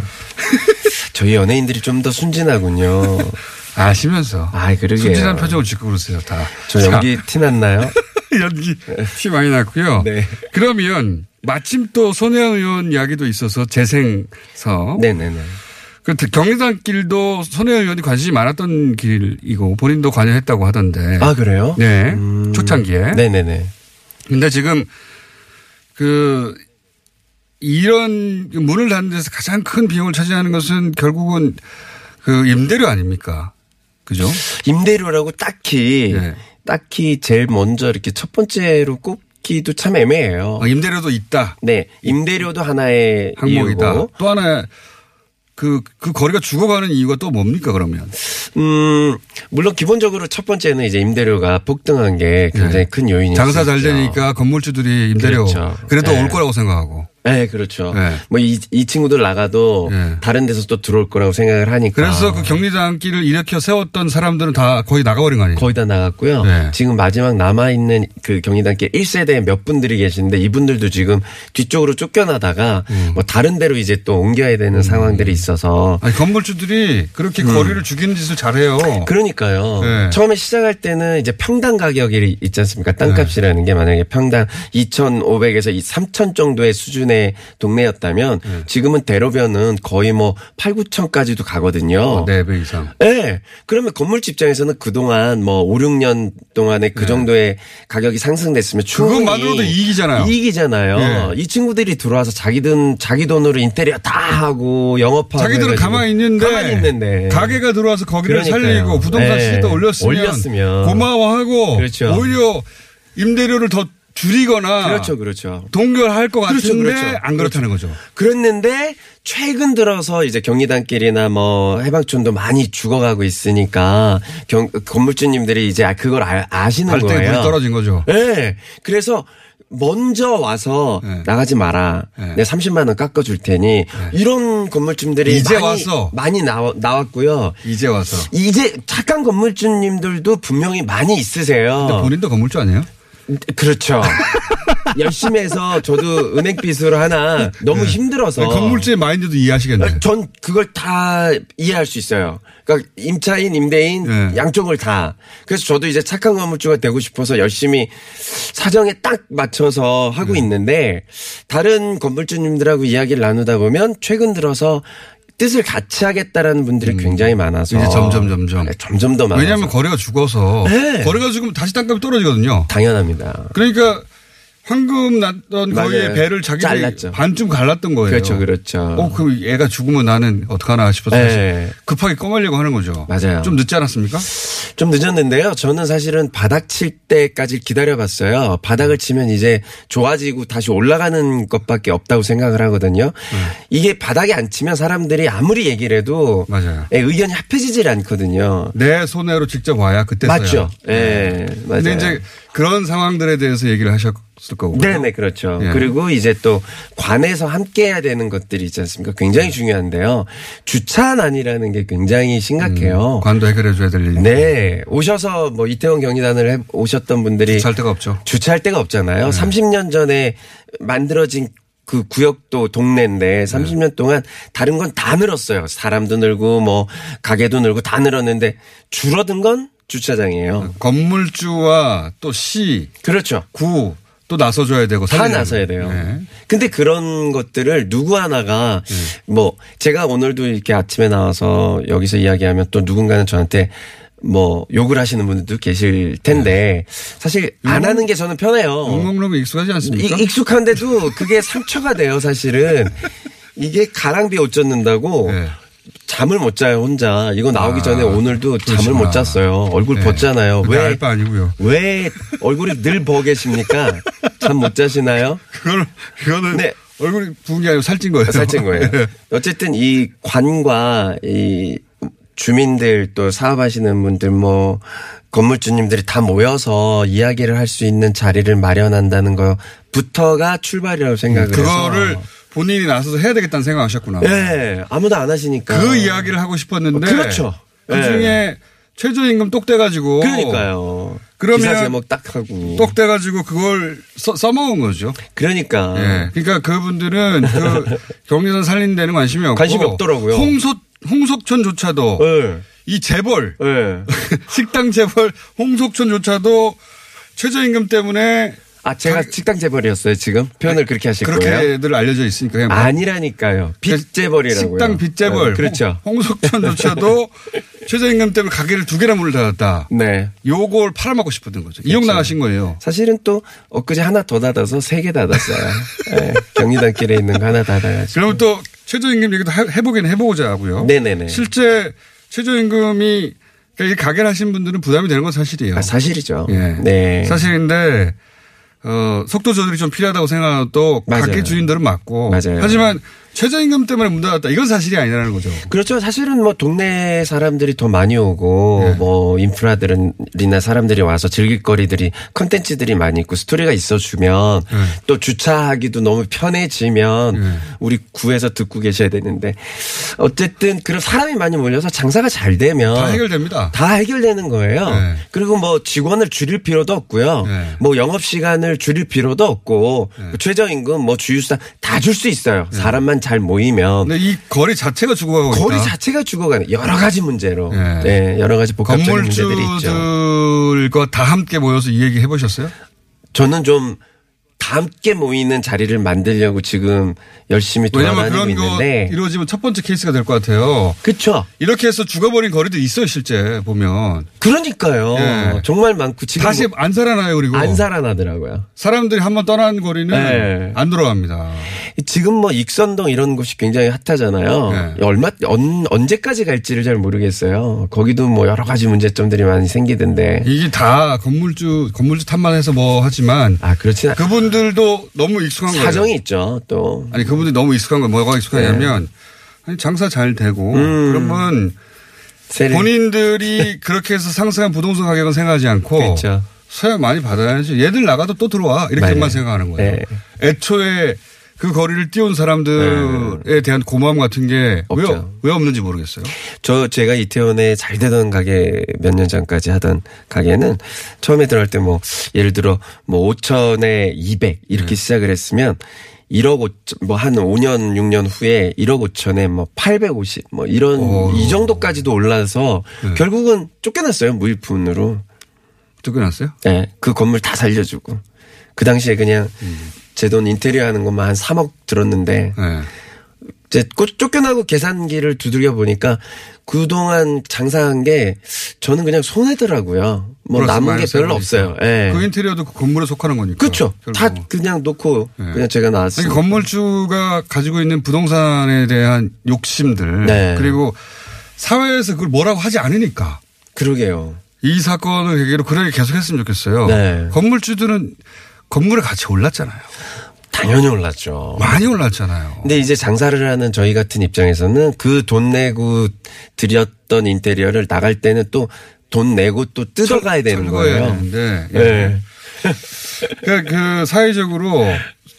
Speaker 9: 저희 연예인들이 좀 더 순진하군요.
Speaker 3: 아시면서.
Speaker 9: 아, 그러게요.
Speaker 3: 순진한 표정을 짓고 그러세요, 다.
Speaker 9: 저
Speaker 3: 자,
Speaker 9: 연기 티 났나요?
Speaker 3: [LAUGHS] 연기. 티 많이 났고요.
Speaker 9: 네.
Speaker 3: 그러면 마침 또 손혜원 의원 이야기도 있어서 재생서.
Speaker 9: 네네네.
Speaker 3: 그 경리단길도 손혜원 의원이 관심이 많았던 길이고 본인도 관여했다고 하던데.
Speaker 9: 아, 그래요? 음.
Speaker 3: 네. 초창기에.
Speaker 9: 네네네.
Speaker 3: 근데 지금 그 이런 문을 닫는 데서 가장 큰 비용을 차지하는 것은 결국은 그 임대료 아닙니까? 그죠?
Speaker 9: 임대료라고 딱히,
Speaker 3: 네.
Speaker 9: 딱히 제일 먼저 이렇게 첫 번째로 꼽기도 참 애매해요.
Speaker 3: 아, 임대료도 있다.
Speaker 9: 네. 임대료도 하나의
Speaker 3: 항목이다.
Speaker 9: 이유고.
Speaker 3: 또 하나 그, 그 거리가 죽어가는 이유가 또 뭡니까 그러면?
Speaker 9: 음, 물론 기본적으로 첫 번째는 이제 임대료가 폭등한 게
Speaker 3: 네.
Speaker 9: 굉장히 큰 요인이죠.
Speaker 3: 장사 잘 되니까 건물주들이 임대료
Speaker 9: 그렇죠.
Speaker 3: 그래도
Speaker 9: 네.
Speaker 3: 올 거라고 생각하고
Speaker 9: 네, 그렇죠.
Speaker 3: 네.
Speaker 9: 뭐, 이, 이 친구들 나가도
Speaker 3: 네.
Speaker 9: 다른 데서 또 들어올 거라고 생각을 하니까.
Speaker 3: 그래서 그 격리장길을 일으켜 세웠던 사람들은 다 거의 나가버린 거 아니에요?
Speaker 9: 거의 다 나갔고요.
Speaker 3: 네.
Speaker 9: 지금 마지막 남아있는 그 경리단계 1세대 몇 분들이 계시는데 이분들도 지금 뒤쪽으로 쫓겨나다가 뭐 다른 데로 이제 또 옮겨야 되는 상황들이 있어서
Speaker 3: 음. 아니, 건물주들이 그렇게
Speaker 9: 음.
Speaker 3: 거리를 죽이는 짓을 잘해요.
Speaker 9: 그러니까요.
Speaker 3: 어. 네.
Speaker 9: 처음에 시작할 때는 이제 평당 가격이 있지 않습니까? 땅값이라는 게 만약에 평당 2,500에서 3,000 정도의 수준의 동네였다면 지금은 대로변은 거의 뭐 8, 9,000까지도 가거든요.
Speaker 3: 네 배 이상.
Speaker 9: 네. 그러면 건물주 입장에서는 그동안 뭐 5, 6년 동안에 그 정도의 가격이 상승됐으면 충분히
Speaker 3: 네. 그것만으로도 이익이잖아요. 예.
Speaker 9: 이익이잖아요. 이 친구들이 들어와서 자기든 자기 돈으로 인테리어 다 하고 영업하고
Speaker 3: 자기들은
Speaker 9: 해가지고
Speaker 3: 가만히 있는데,
Speaker 9: 아, 네, 가만히 있는데
Speaker 3: 가게가 들어와서 거기를
Speaker 9: 그러니까요.
Speaker 3: 살리고 부동산
Speaker 9: 네.
Speaker 3: 시도 올렸으면,
Speaker 9: 올렸으면.
Speaker 3: 고마워하고
Speaker 9: 그렇죠.
Speaker 3: 오히려 임대료를 더 줄이거나
Speaker 9: 그렇죠, 그렇죠.
Speaker 3: 동결할 것
Speaker 9: 그렇죠,
Speaker 3: 같은데
Speaker 9: 그렇죠.
Speaker 3: 안 그렇다는 거죠.
Speaker 9: 그랬는데 최근 들어서 이제 경리단길이나 뭐 해방촌도 많이 죽어가고 있으니까 경- 건물주님들이 이제 그걸 아, 시는
Speaker 3: 발등에
Speaker 9: 거예요.
Speaker 3: 불이 떨어진 거죠.
Speaker 9: 네. 그래서 먼저 와서
Speaker 3: 네.
Speaker 9: 나가지 마라.
Speaker 3: 네.
Speaker 9: 내가 30만 원 깎아 줄 테니 이런 건물주님들이
Speaker 3: 예. 이제
Speaker 9: 많이
Speaker 3: 와서.
Speaker 9: 많이 나와, 나왔고요.
Speaker 3: 이제 와서.
Speaker 9: 이제 착한 건물주님들도 분명히 많이 있으세요.
Speaker 3: 근데 본인도 건물주 아니에요? [LAUGHS]
Speaker 9: 그렇죠. 열심히 해서 저도 은행빚으로 하나 너무 힘들어서
Speaker 3: 예.
Speaker 9: 어,
Speaker 3: 건물주의 마인드도 이해하시겠네.
Speaker 9: 그러니까 전 그걸 다 이해할 수 있어요. 그러니까 임차인, 임대인
Speaker 3: 예.
Speaker 9: 양쪽을 다. 그래서 저도 이제 착한 건물주가 되고 싶어서 열심히 사정에 딱 맞춰서 하고
Speaker 3: 네.
Speaker 9: 있는데 다른 건물주님들하고 이야기를 나누다 보면 최근 들어서 뜻을 같이 하겠다라는 분들이 굉장히 많아서
Speaker 3: 음. 이제 점점, 점점.
Speaker 9: 네, 점점 더 많아서
Speaker 3: 왜냐하면 거래가 죽어서
Speaker 9: 네.
Speaker 3: 거래가 죽으면 다시 땅값이 떨어지거든요.
Speaker 9: 당연합니다.
Speaker 3: 그러니까 황금 났던
Speaker 9: 맞아요.
Speaker 3: 거기에 배를 자기들이
Speaker 9: 잘랐죠.
Speaker 3: 반쯤 갈랐던 거예요.
Speaker 9: 그렇죠, 그렇죠.
Speaker 3: 어, 그럼 얘가 죽으면 나는 어떡하나 싶어서
Speaker 9: 네.
Speaker 3: 사실 급하게 꺼말려고 하는 거죠.
Speaker 9: 맞아요.
Speaker 3: 좀 늦지 않았습니까?
Speaker 9: 좀 늦었는데요. 저는 사실은 바닥 칠 때까지 기다려봤어요. 바닥을 치면 이제 좋아지고 다시 올라가는 것밖에 없다고 생각을 하거든요. 이게 바닥에 안 치면 사람들이 아무리 얘기를 해도
Speaker 3: 네. 맞아요.
Speaker 9: 예, 의견이 합해지질 않거든요.
Speaker 3: 내 손해로 직접 와야 그때 써야.
Speaker 9: 맞죠? 예, 맞아요.
Speaker 3: 네. 근데 이제 그런 상황들에 대해서 얘기를 하셨을 거고.
Speaker 9: 네네 그렇죠.
Speaker 3: 예.
Speaker 9: 그리고 이제 또 관에서 함께 해야 되는 것들이 있지 않습니까?
Speaker 3: 네.
Speaker 9: 굉장히 중요한데요. 주차난이라는 게 굉장히 심각해요.
Speaker 3: 음, 관도 해결해 줘야 될 일.
Speaker 9: 네 오셔서 뭐 이태원 경리단을 해- 오셨던 분들이
Speaker 3: 살 데가 없죠.
Speaker 9: 주차할 데가 없잖아요. 30년 전에 만들어진 그 구역도 동네인데 30년 동안 다른 건 다 늘었어요. 사람도 늘고 뭐 가게도 늘고 다 늘었는데 줄어든 건
Speaker 3: 음.
Speaker 9: 주차장이에요.
Speaker 3: 건물주와 또 시,
Speaker 9: 그렇죠.
Speaker 3: 구, 또 나서줘야 되고.
Speaker 9: 다
Speaker 3: 살리려면.
Speaker 9: 나서야 돼요.
Speaker 3: 네.
Speaker 9: 근데 그런 것들을 누구 하나가 뭐 제가 오늘도 이렇게 아침에 나와서 여기서 이야기하면 또 누군가는 저한테 뭐 욕을 하시는 분들도 계실
Speaker 3: 네.
Speaker 9: 텐데 사실 안 하는 게 저는 편해요.
Speaker 3: 어. 엉엉롱이 익숙하지 않습니까?
Speaker 9: 이- 익숙한데도 그게 상처가 돼요, 사실은. 이게 가랑비에 옷 젖는다고
Speaker 3: 네. 아,
Speaker 9: 잠을 못 자요, 혼자. 이거 나오기 전에 오늘도 잠을
Speaker 3: 그러시구나.
Speaker 9: 못 잤어요. 얼굴
Speaker 3: 네.
Speaker 9: 벗잖아요.
Speaker 3: 근데
Speaker 9: 왜,
Speaker 3: 알바 아니고요.
Speaker 9: 왜 얼굴이 늘 벗 계십니까? 잠 못 자시나요?
Speaker 3: 그걸, 그거는
Speaker 9: 네.
Speaker 3: 얼굴이 부은 게 아니고 살찐 [LAUGHS] 거예요.
Speaker 9: 살찐 거예요.
Speaker 3: 네.
Speaker 9: 어쨌든 이 관과 이 주민들 또 사업하시는 분들 뭐 건물주님들이 다 모여서 이야기를 할 수 있는 자리를 마련한다는 거 부터가 출발이라고 생각을
Speaker 3: 그거를
Speaker 9: 해서
Speaker 3: 본인이 나서서 해야 되겠다는 생각하셨구나.
Speaker 9: 어. 예 아무도 안 하시니까
Speaker 3: 그 이야기를 하고 싶었는데
Speaker 9: 그렇죠.
Speaker 3: 나중에 최저임금 똑 떼가지고
Speaker 9: 그러니까요.
Speaker 3: 그러면
Speaker 9: 기사 제목 딱 하고
Speaker 3: 똑 떼가지고 그걸 써, 써먹은 거죠.
Speaker 9: 그러니까
Speaker 3: 예. 그러니까 그분들은
Speaker 9: [LAUGHS]
Speaker 3: 그 경리선 살리는 데는 관심이 없고
Speaker 9: 관심이 없더라고요.
Speaker 3: 홍소 홍석천조차도
Speaker 9: 예.
Speaker 3: 이 재벌
Speaker 9: 예.
Speaker 3: [LAUGHS] 식당 재벌 홍석천조차도 최저임금 때문에
Speaker 9: 아 제가 식당 재벌이었어요 지금 표현을 그렇게 하실 거예요?
Speaker 3: 아, 그렇게들 알려져 있으니까 그냥
Speaker 9: 아니라니까요. 빚 재벌이라고요.
Speaker 3: 식당 빚재벌
Speaker 9: 네, 그렇죠. [LAUGHS]
Speaker 3: 홍석천조차도 최저임금 때문에 가게를 두 개나 문을 닫았다.
Speaker 9: 네.
Speaker 3: 요걸 팔아먹고 싶었던 거죠. 이용
Speaker 9: 그렇죠.
Speaker 3: 나가신 거예요.
Speaker 9: 사실은 또 엊그제 하나 더 닫아서 세 개
Speaker 3: [LAUGHS]
Speaker 9: 닫았어요. 예, 경리단길에 있는 거 하나 닫아가지고.
Speaker 3: 그러면 또 최저임금 얘기도 하- 해보긴 해보고자 하고요.
Speaker 9: 네네네.
Speaker 3: 실제 최저임금이 그러니까 이 가게를 하신 분들은 부담이 되는 건 사실이에요.
Speaker 9: 아, 사실이죠.
Speaker 3: 예.
Speaker 9: 네.
Speaker 3: 사실인데 어, 속도 조절이 좀 필요하다고 생각하고 또
Speaker 9: 맞아요.
Speaker 3: 가게 주인들은 맞고
Speaker 9: 맞아요.
Speaker 3: 하지만 최저임금 때문에 문 닫았다. 이건 사실이 아니라는 거죠.
Speaker 9: 그렇죠. 사실은 뭐 동네 사람들이 더 많이 오고
Speaker 3: 네.
Speaker 9: 뭐 인프라들이나 사람들이 와서 즐길 거리들이 컨텐츠들이 많이 있고 스토리가 있어주면
Speaker 3: 네.
Speaker 9: 또 주차하기도 너무 편해지면 우리 구에서 듣고 계셔야 되는데 어쨌든 그런 사람이 많이 몰려서 장사가 잘 되면
Speaker 3: 다 해결됩니다.
Speaker 9: 다 해결되는 거예요.
Speaker 3: 네.
Speaker 9: 그리고 뭐 직원을 줄일 필요도 없고요.
Speaker 3: 네.
Speaker 9: 뭐 영업 시간을 줄일 필요도 없고 최저임금 뭐 주유수당 다 줄 수 있어요.
Speaker 3: 네.
Speaker 9: 사람만 잘 모이면
Speaker 3: 근데 이 거리 자체가 죽어가고
Speaker 9: 거리
Speaker 3: 있다.
Speaker 9: 자체가 죽어가는 여러 가지 문제로
Speaker 3: 예.
Speaker 9: 네. 여러 가지 복합적인 문제들이 있죠.
Speaker 3: 건물주들과 다 함께 모여서 이 얘기 해보셨어요?
Speaker 9: 저는 좀 함께 모이는 자리를 만들려고 지금 열심히
Speaker 3: 왜냐면
Speaker 9: 돌아다니고
Speaker 3: 그런 거
Speaker 9: 있는데
Speaker 3: 이루어지면 첫 번째 케이스가 될 것 같아요.
Speaker 9: 그쵸
Speaker 3: 이렇게 해서 죽어버린 거리도 있어요, 실제 보면.
Speaker 9: 그러니까요
Speaker 3: 예.
Speaker 9: 정말 많고 지금
Speaker 3: 다시
Speaker 9: 뭐
Speaker 3: 안 살아나요, 그리고.
Speaker 9: 안 살아나더라고요
Speaker 3: 사람들이 한번 떠난 거리는
Speaker 9: 네.
Speaker 3: 안 돌아갑니다.
Speaker 9: 지금 뭐 익선동 이런 곳이 굉장히 핫하잖아요
Speaker 3: 네.
Speaker 9: 얼마 언, 언제까지 갈지를 잘 모르겠어요 거기도 뭐 여러 가지 문제점들이 많이 생기던데
Speaker 3: 이게 다 건물주, 건물주 탓만 해서 뭐 하지만
Speaker 9: 아 그렇지 않
Speaker 3: 그분들도 너무 익숙한 거예요.
Speaker 9: 사정이 네. 있죠 또
Speaker 3: 아니 그분들이 너무 익숙한 건 뭐가 익숙하냐면 아니, 장사 잘 되고
Speaker 9: 음.
Speaker 3: 그러면
Speaker 9: 세례. [LAUGHS]
Speaker 3: 본인들이 그렇게 해서 상승한 부동산 가격은 생각하지 않고
Speaker 9: 그렇죠.
Speaker 3: 서야 많이 받아야지 얘들 나가도 또 들어와
Speaker 9: 맞아요.
Speaker 3: 이렇게만 생각하는 거예요.
Speaker 9: 네.
Speaker 3: 애초에 그 거리를 띄운 사람들에 대한 고마움 같은 게 왜
Speaker 9: 네. 없죠.
Speaker 3: 왜 없는지 모르겠어요.
Speaker 9: 저 제가 이태원에 잘 되던 가게 몇 년 전까지 하던 가게는 처음에 들어갈 때 뭐 예를 들어 뭐 5천에 200 이렇게 시작을 했으면 1억 5천 뭐한 5년 6년 후에 1억 5천에 뭐 850 뭐 이런 이 정도까지도 올라서 결국은 쫓겨났어요 무일푼으로
Speaker 3: 쫓겨났어요?
Speaker 9: 예, 그 건물 다 살려주고 그 당시에 그냥 제 돈 인테리어 하는 것만 한 3억 들었는데
Speaker 3: 네.
Speaker 9: 이제 곧 쫓겨나고 계산기를 두들겨 보니까 그동안 장사한 게 저는 그냥 손해더라고요. 뭐
Speaker 3: 플러스
Speaker 9: 남은 게
Speaker 3: 마이너스
Speaker 9: 별로
Speaker 3: 해가지고.
Speaker 9: 없어요. 예.
Speaker 3: 그 인테리어도 그 건물에 속하는 거니까.
Speaker 9: 그렇죠.
Speaker 3: 결국.
Speaker 9: 다 그냥 놓고
Speaker 3: 예.
Speaker 9: 그냥 제가
Speaker 3: 아니,
Speaker 9: 나왔어요.
Speaker 3: 건물주가 가지고 있는 부동산에 대한 욕심들
Speaker 9: 네.
Speaker 3: 그리고 사회에서 그걸 뭐라고 하지 않으니까
Speaker 9: 그러게요.
Speaker 3: 이 사건을 계기로 그런 게 계속했으면 좋겠어요.
Speaker 9: 네.
Speaker 3: 건물주들은 건물에 같이 올랐잖아요.
Speaker 9: 당연히 올랐죠.
Speaker 3: 많이 올랐잖아요.
Speaker 9: 근데 이제 장사를 하는 저희 같은 입장에서는 그 돈 내고 들였던 인테리어를 나갈 때는 또 돈 내고 또 뜯어가야 되는
Speaker 3: 철거해야
Speaker 9: 거예요.
Speaker 3: 되는데
Speaker 9: 예.
Speaker 3: 예. 그러니까 그 사회적으로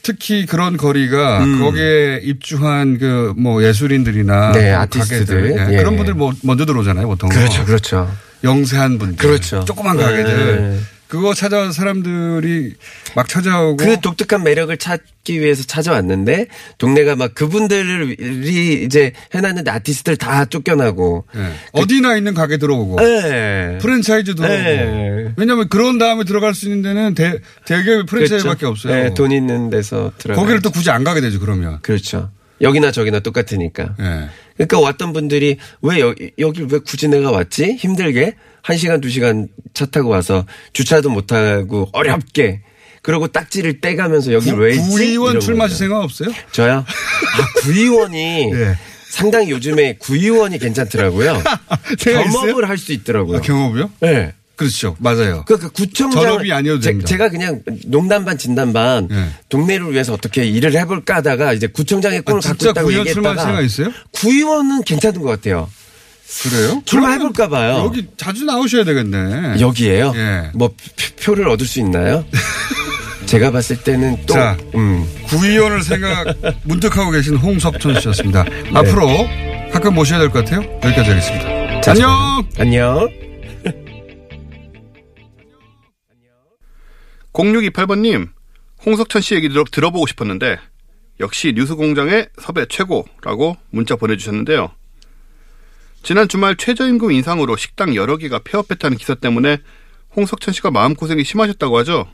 Speaker 3: 특히 그런 거리가
Speaker 9: 음.
Speaker 3: 거기에 입주한 그 뭐 예술인들이나
Speaker 9: 네,
Speaker 3: 뭐
Speaker 9: 아티스트들.
Speaker 3: 가게들, 예,
Speaker 9: 예.
Speaker 3: 그런 분들 뭐 먼저 들어오잖아요 보통
Speaker 9: 그렇죠. 그렇죠.
Speaker 3: 영세한 분들
Speaker 9: 그렇죠.
Speaker 3: 조그만 가게들
Speaker 9: 네.
Speaker 3: 그거 찾아온 사람들이 막 찾아오고
Speaker 9: 그 독특한 매력을 찾기 위해서 찾아왔는데 동네가 막 그분들이 이제 해놨는데 아티스트들 다 쫓겨나고
Speaker 3: 예. 어디나 있는 가게 들어오고
Speaker 9: 예.
Speaker 3: 프랜차이즈 들어오고
Speaker 9: 네.
Speaker 3: 왜냐하면 그런 다음에 들어갈 수 있는 데는 대, 대기업이 프랜차이즈밖에
Speaker 9: 그렇죠.
Speaker 3: 없어요.
Speaker 9: 예, 돈 있는 데서 들어.
Speaker 3: 거기를 또 굳이 안 가게 되죠 그러면.
Speaker 9: 그렇죠. 여기나 저기나 똑같으니까.
Speaker 3: 예.
Speaker 9: 그러니까 왔던 분들이 왜 여기 여길 왜 굳이 내가 왔지? 힘들게 한 시간 두 시간 차 타고 와서 주차도 못 하고 어렵게 그러고 딱지를 떼가면서 여기 왜 있지?
Speaker 3: 구의원
Speaker 9: 이러고
Speaker 3: 출마하실
Speaker 9: 그냥.
Speaker 3: 생각 없어요?
Speaker 9: 저요? 아, 구의원이
Speaker 3: [LAUGHS] 예.
Speaker 9: 상당히 요즘에 구의원이 괜찮더라고요.
Speaker 3: [LAUGHS] 제가 있어요?
Speaker 9: 겸업을 할 수 있더라고요.
Speaker 3: 아, 경험이요?
Speaker 9: 예.
Speaker 3: 그렇죠. 맞아요.
Speaker 9: 그러니까 구청장
Speaker 3: 전업이 아니어도 됩니다.
Speaker 9: 제, 가 그냥 농담 반 진담 반
Speaker 3: 예.
Speaker 9: 동네를 위해서 어떻게 일을 해볼까 하다가 이제 구청장의 꿈을
Speaker 3: 아,
Speaker 9: 갖고
Speaker 3: 진짜
Speaker 9: 있다고
Speaker 3: 구의원
Speaker 9: 얘기했다가
Speaker 3: 출마할 생각 있어요?
Speaker 9: 구의원은 괜찮은 것 같아요.
Speaker 3: 그래요?
Speaker 9: 출마해볼까 봐요.
Speaker 3: 그러면 여기 자주 나오셔야 되겠네.
Speaker 9: 여기에요?
Speaker 3: 예. [LAUGHS]
Speaker 9: 뭐 표- 표를 얻을 수 있나요? 제가 봤을 때는 또
Speaker 3: 자.
Speaker 9: 음.
Speaker 3: 구의원을 생각 문득하고 계신 홍석천 씨였습니다. 앞으로 가끔 모셔야 될 것 같아요. 여기까지 하겠습니다. 안녕.
Speaker 9: 안녕.
Speaker 2: 0628번님, 홍석천 씨 얘기 들어, 들어보고 싶었는데, 역시 뉴스공장의 섭외 최고라고 문자 보내주셨는데요. 지난 주말 최저임금 인상으로 식당 여러 개가 폐업했다는 기사 때문에 홍석천 씨가 마음고생이 심하셨다고 하죠.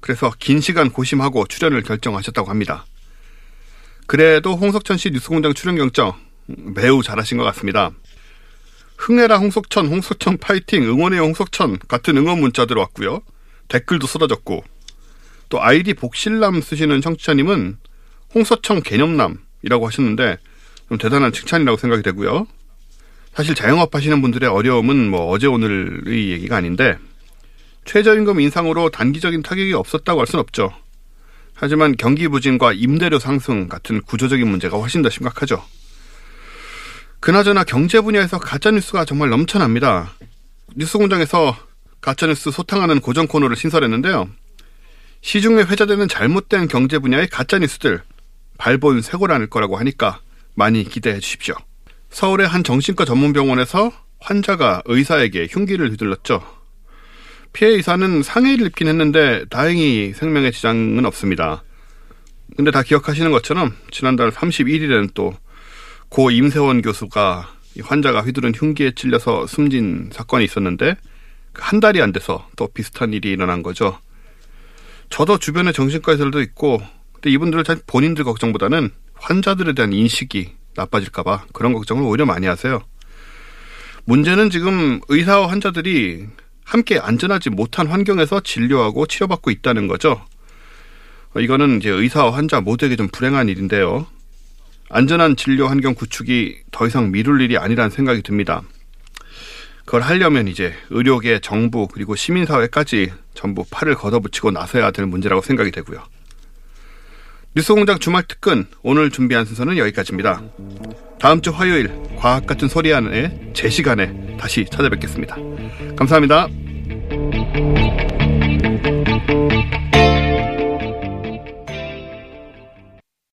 Speaker 2: 그래서 긴 시간 고심하고 출연을 결정하셨다고 합니다. 그래도 홍석천 씨 뉴스공장 출연 결정 음, 매우 잘하신 것 같습니다. 흥해라 홍석천, 홍석천 파이팅, 응원해요 홍석천 같은 응원 문자 들어왔고요. 댓글도 쏟아졌고 또 아이디 복실남 쓰시는 청취자님은 홍서청 개념남이라고 하셨는데 좀 대단한 칭찬이라고 생각이 되고요. 사실 자영업 하시는 분들의 어려움은 뭐 어제 오늘의 얘기가 아닌데 최저임금 인상으로 단기적인 타격이 없었다고 할 순 없죠. 하지만 경기 부진과 임대료 상승 같은 구조적인 문제가 훨씬 더 심각하죠. 그나저나 경제 분야에서 가짜뉴스가 정말 넘쳐납니다. 뉴스 공장에서 가짜뉴스 소탕하는 고정 코너를 신설했는데요. 시중에 회자되는 잘못된 경제 분야의 가짜뉴스들 발본 쇄골안일 거라고 하니까 많이 기대해 주십시오. 서울의 한 정신과 전문병원에서 환자가 의사에게 흉기를 휘둘렀죠. 피해 의사는 상해를 입긴 했는데 다행히 생명에 지장은 없습니다. 근데 다 기억하시는 것처럼 지난달 31일에는 또 고 임세원 교수가 이 환자가 휘두른 흉기에 찔려서 숨진 사건이 있었는데 그한 달이 안 돼서 또 비슷한 일이 일어난 거죠. 저도 주변에 정신과 의사들도 있고 근데 이분들은 참 본인들 걱정보다는 환자들에 대한 인식이 나빠질까 봐 그런 걱정을 오히려 많이 하세요. 문제는 지금 의사와 환자들이 함께 안전하지 못한 환경에서 진료하고 치료받고 있다는 거죠. 어, 이거는 이제 의사와 환자 모두에게 좀 불행한 일인데요. 안전한 진료 환경 구축이 더 이상 미룰 일이 아니라는 생각이 듭니다. 그걸 하려면 이제 의료계, 정부 그리고 시민사회까지 전부 팔을 걷어붙이고 나서야 될 문제라고 생각이 되고요. 뉴스공장 주말 특근 오늘 준비한 순서는 여기까지입니다. 다음 주 화요일 과학 같은 소리 안에 제 시간에 다시 찾아뵙겠습니다. 감사합니다.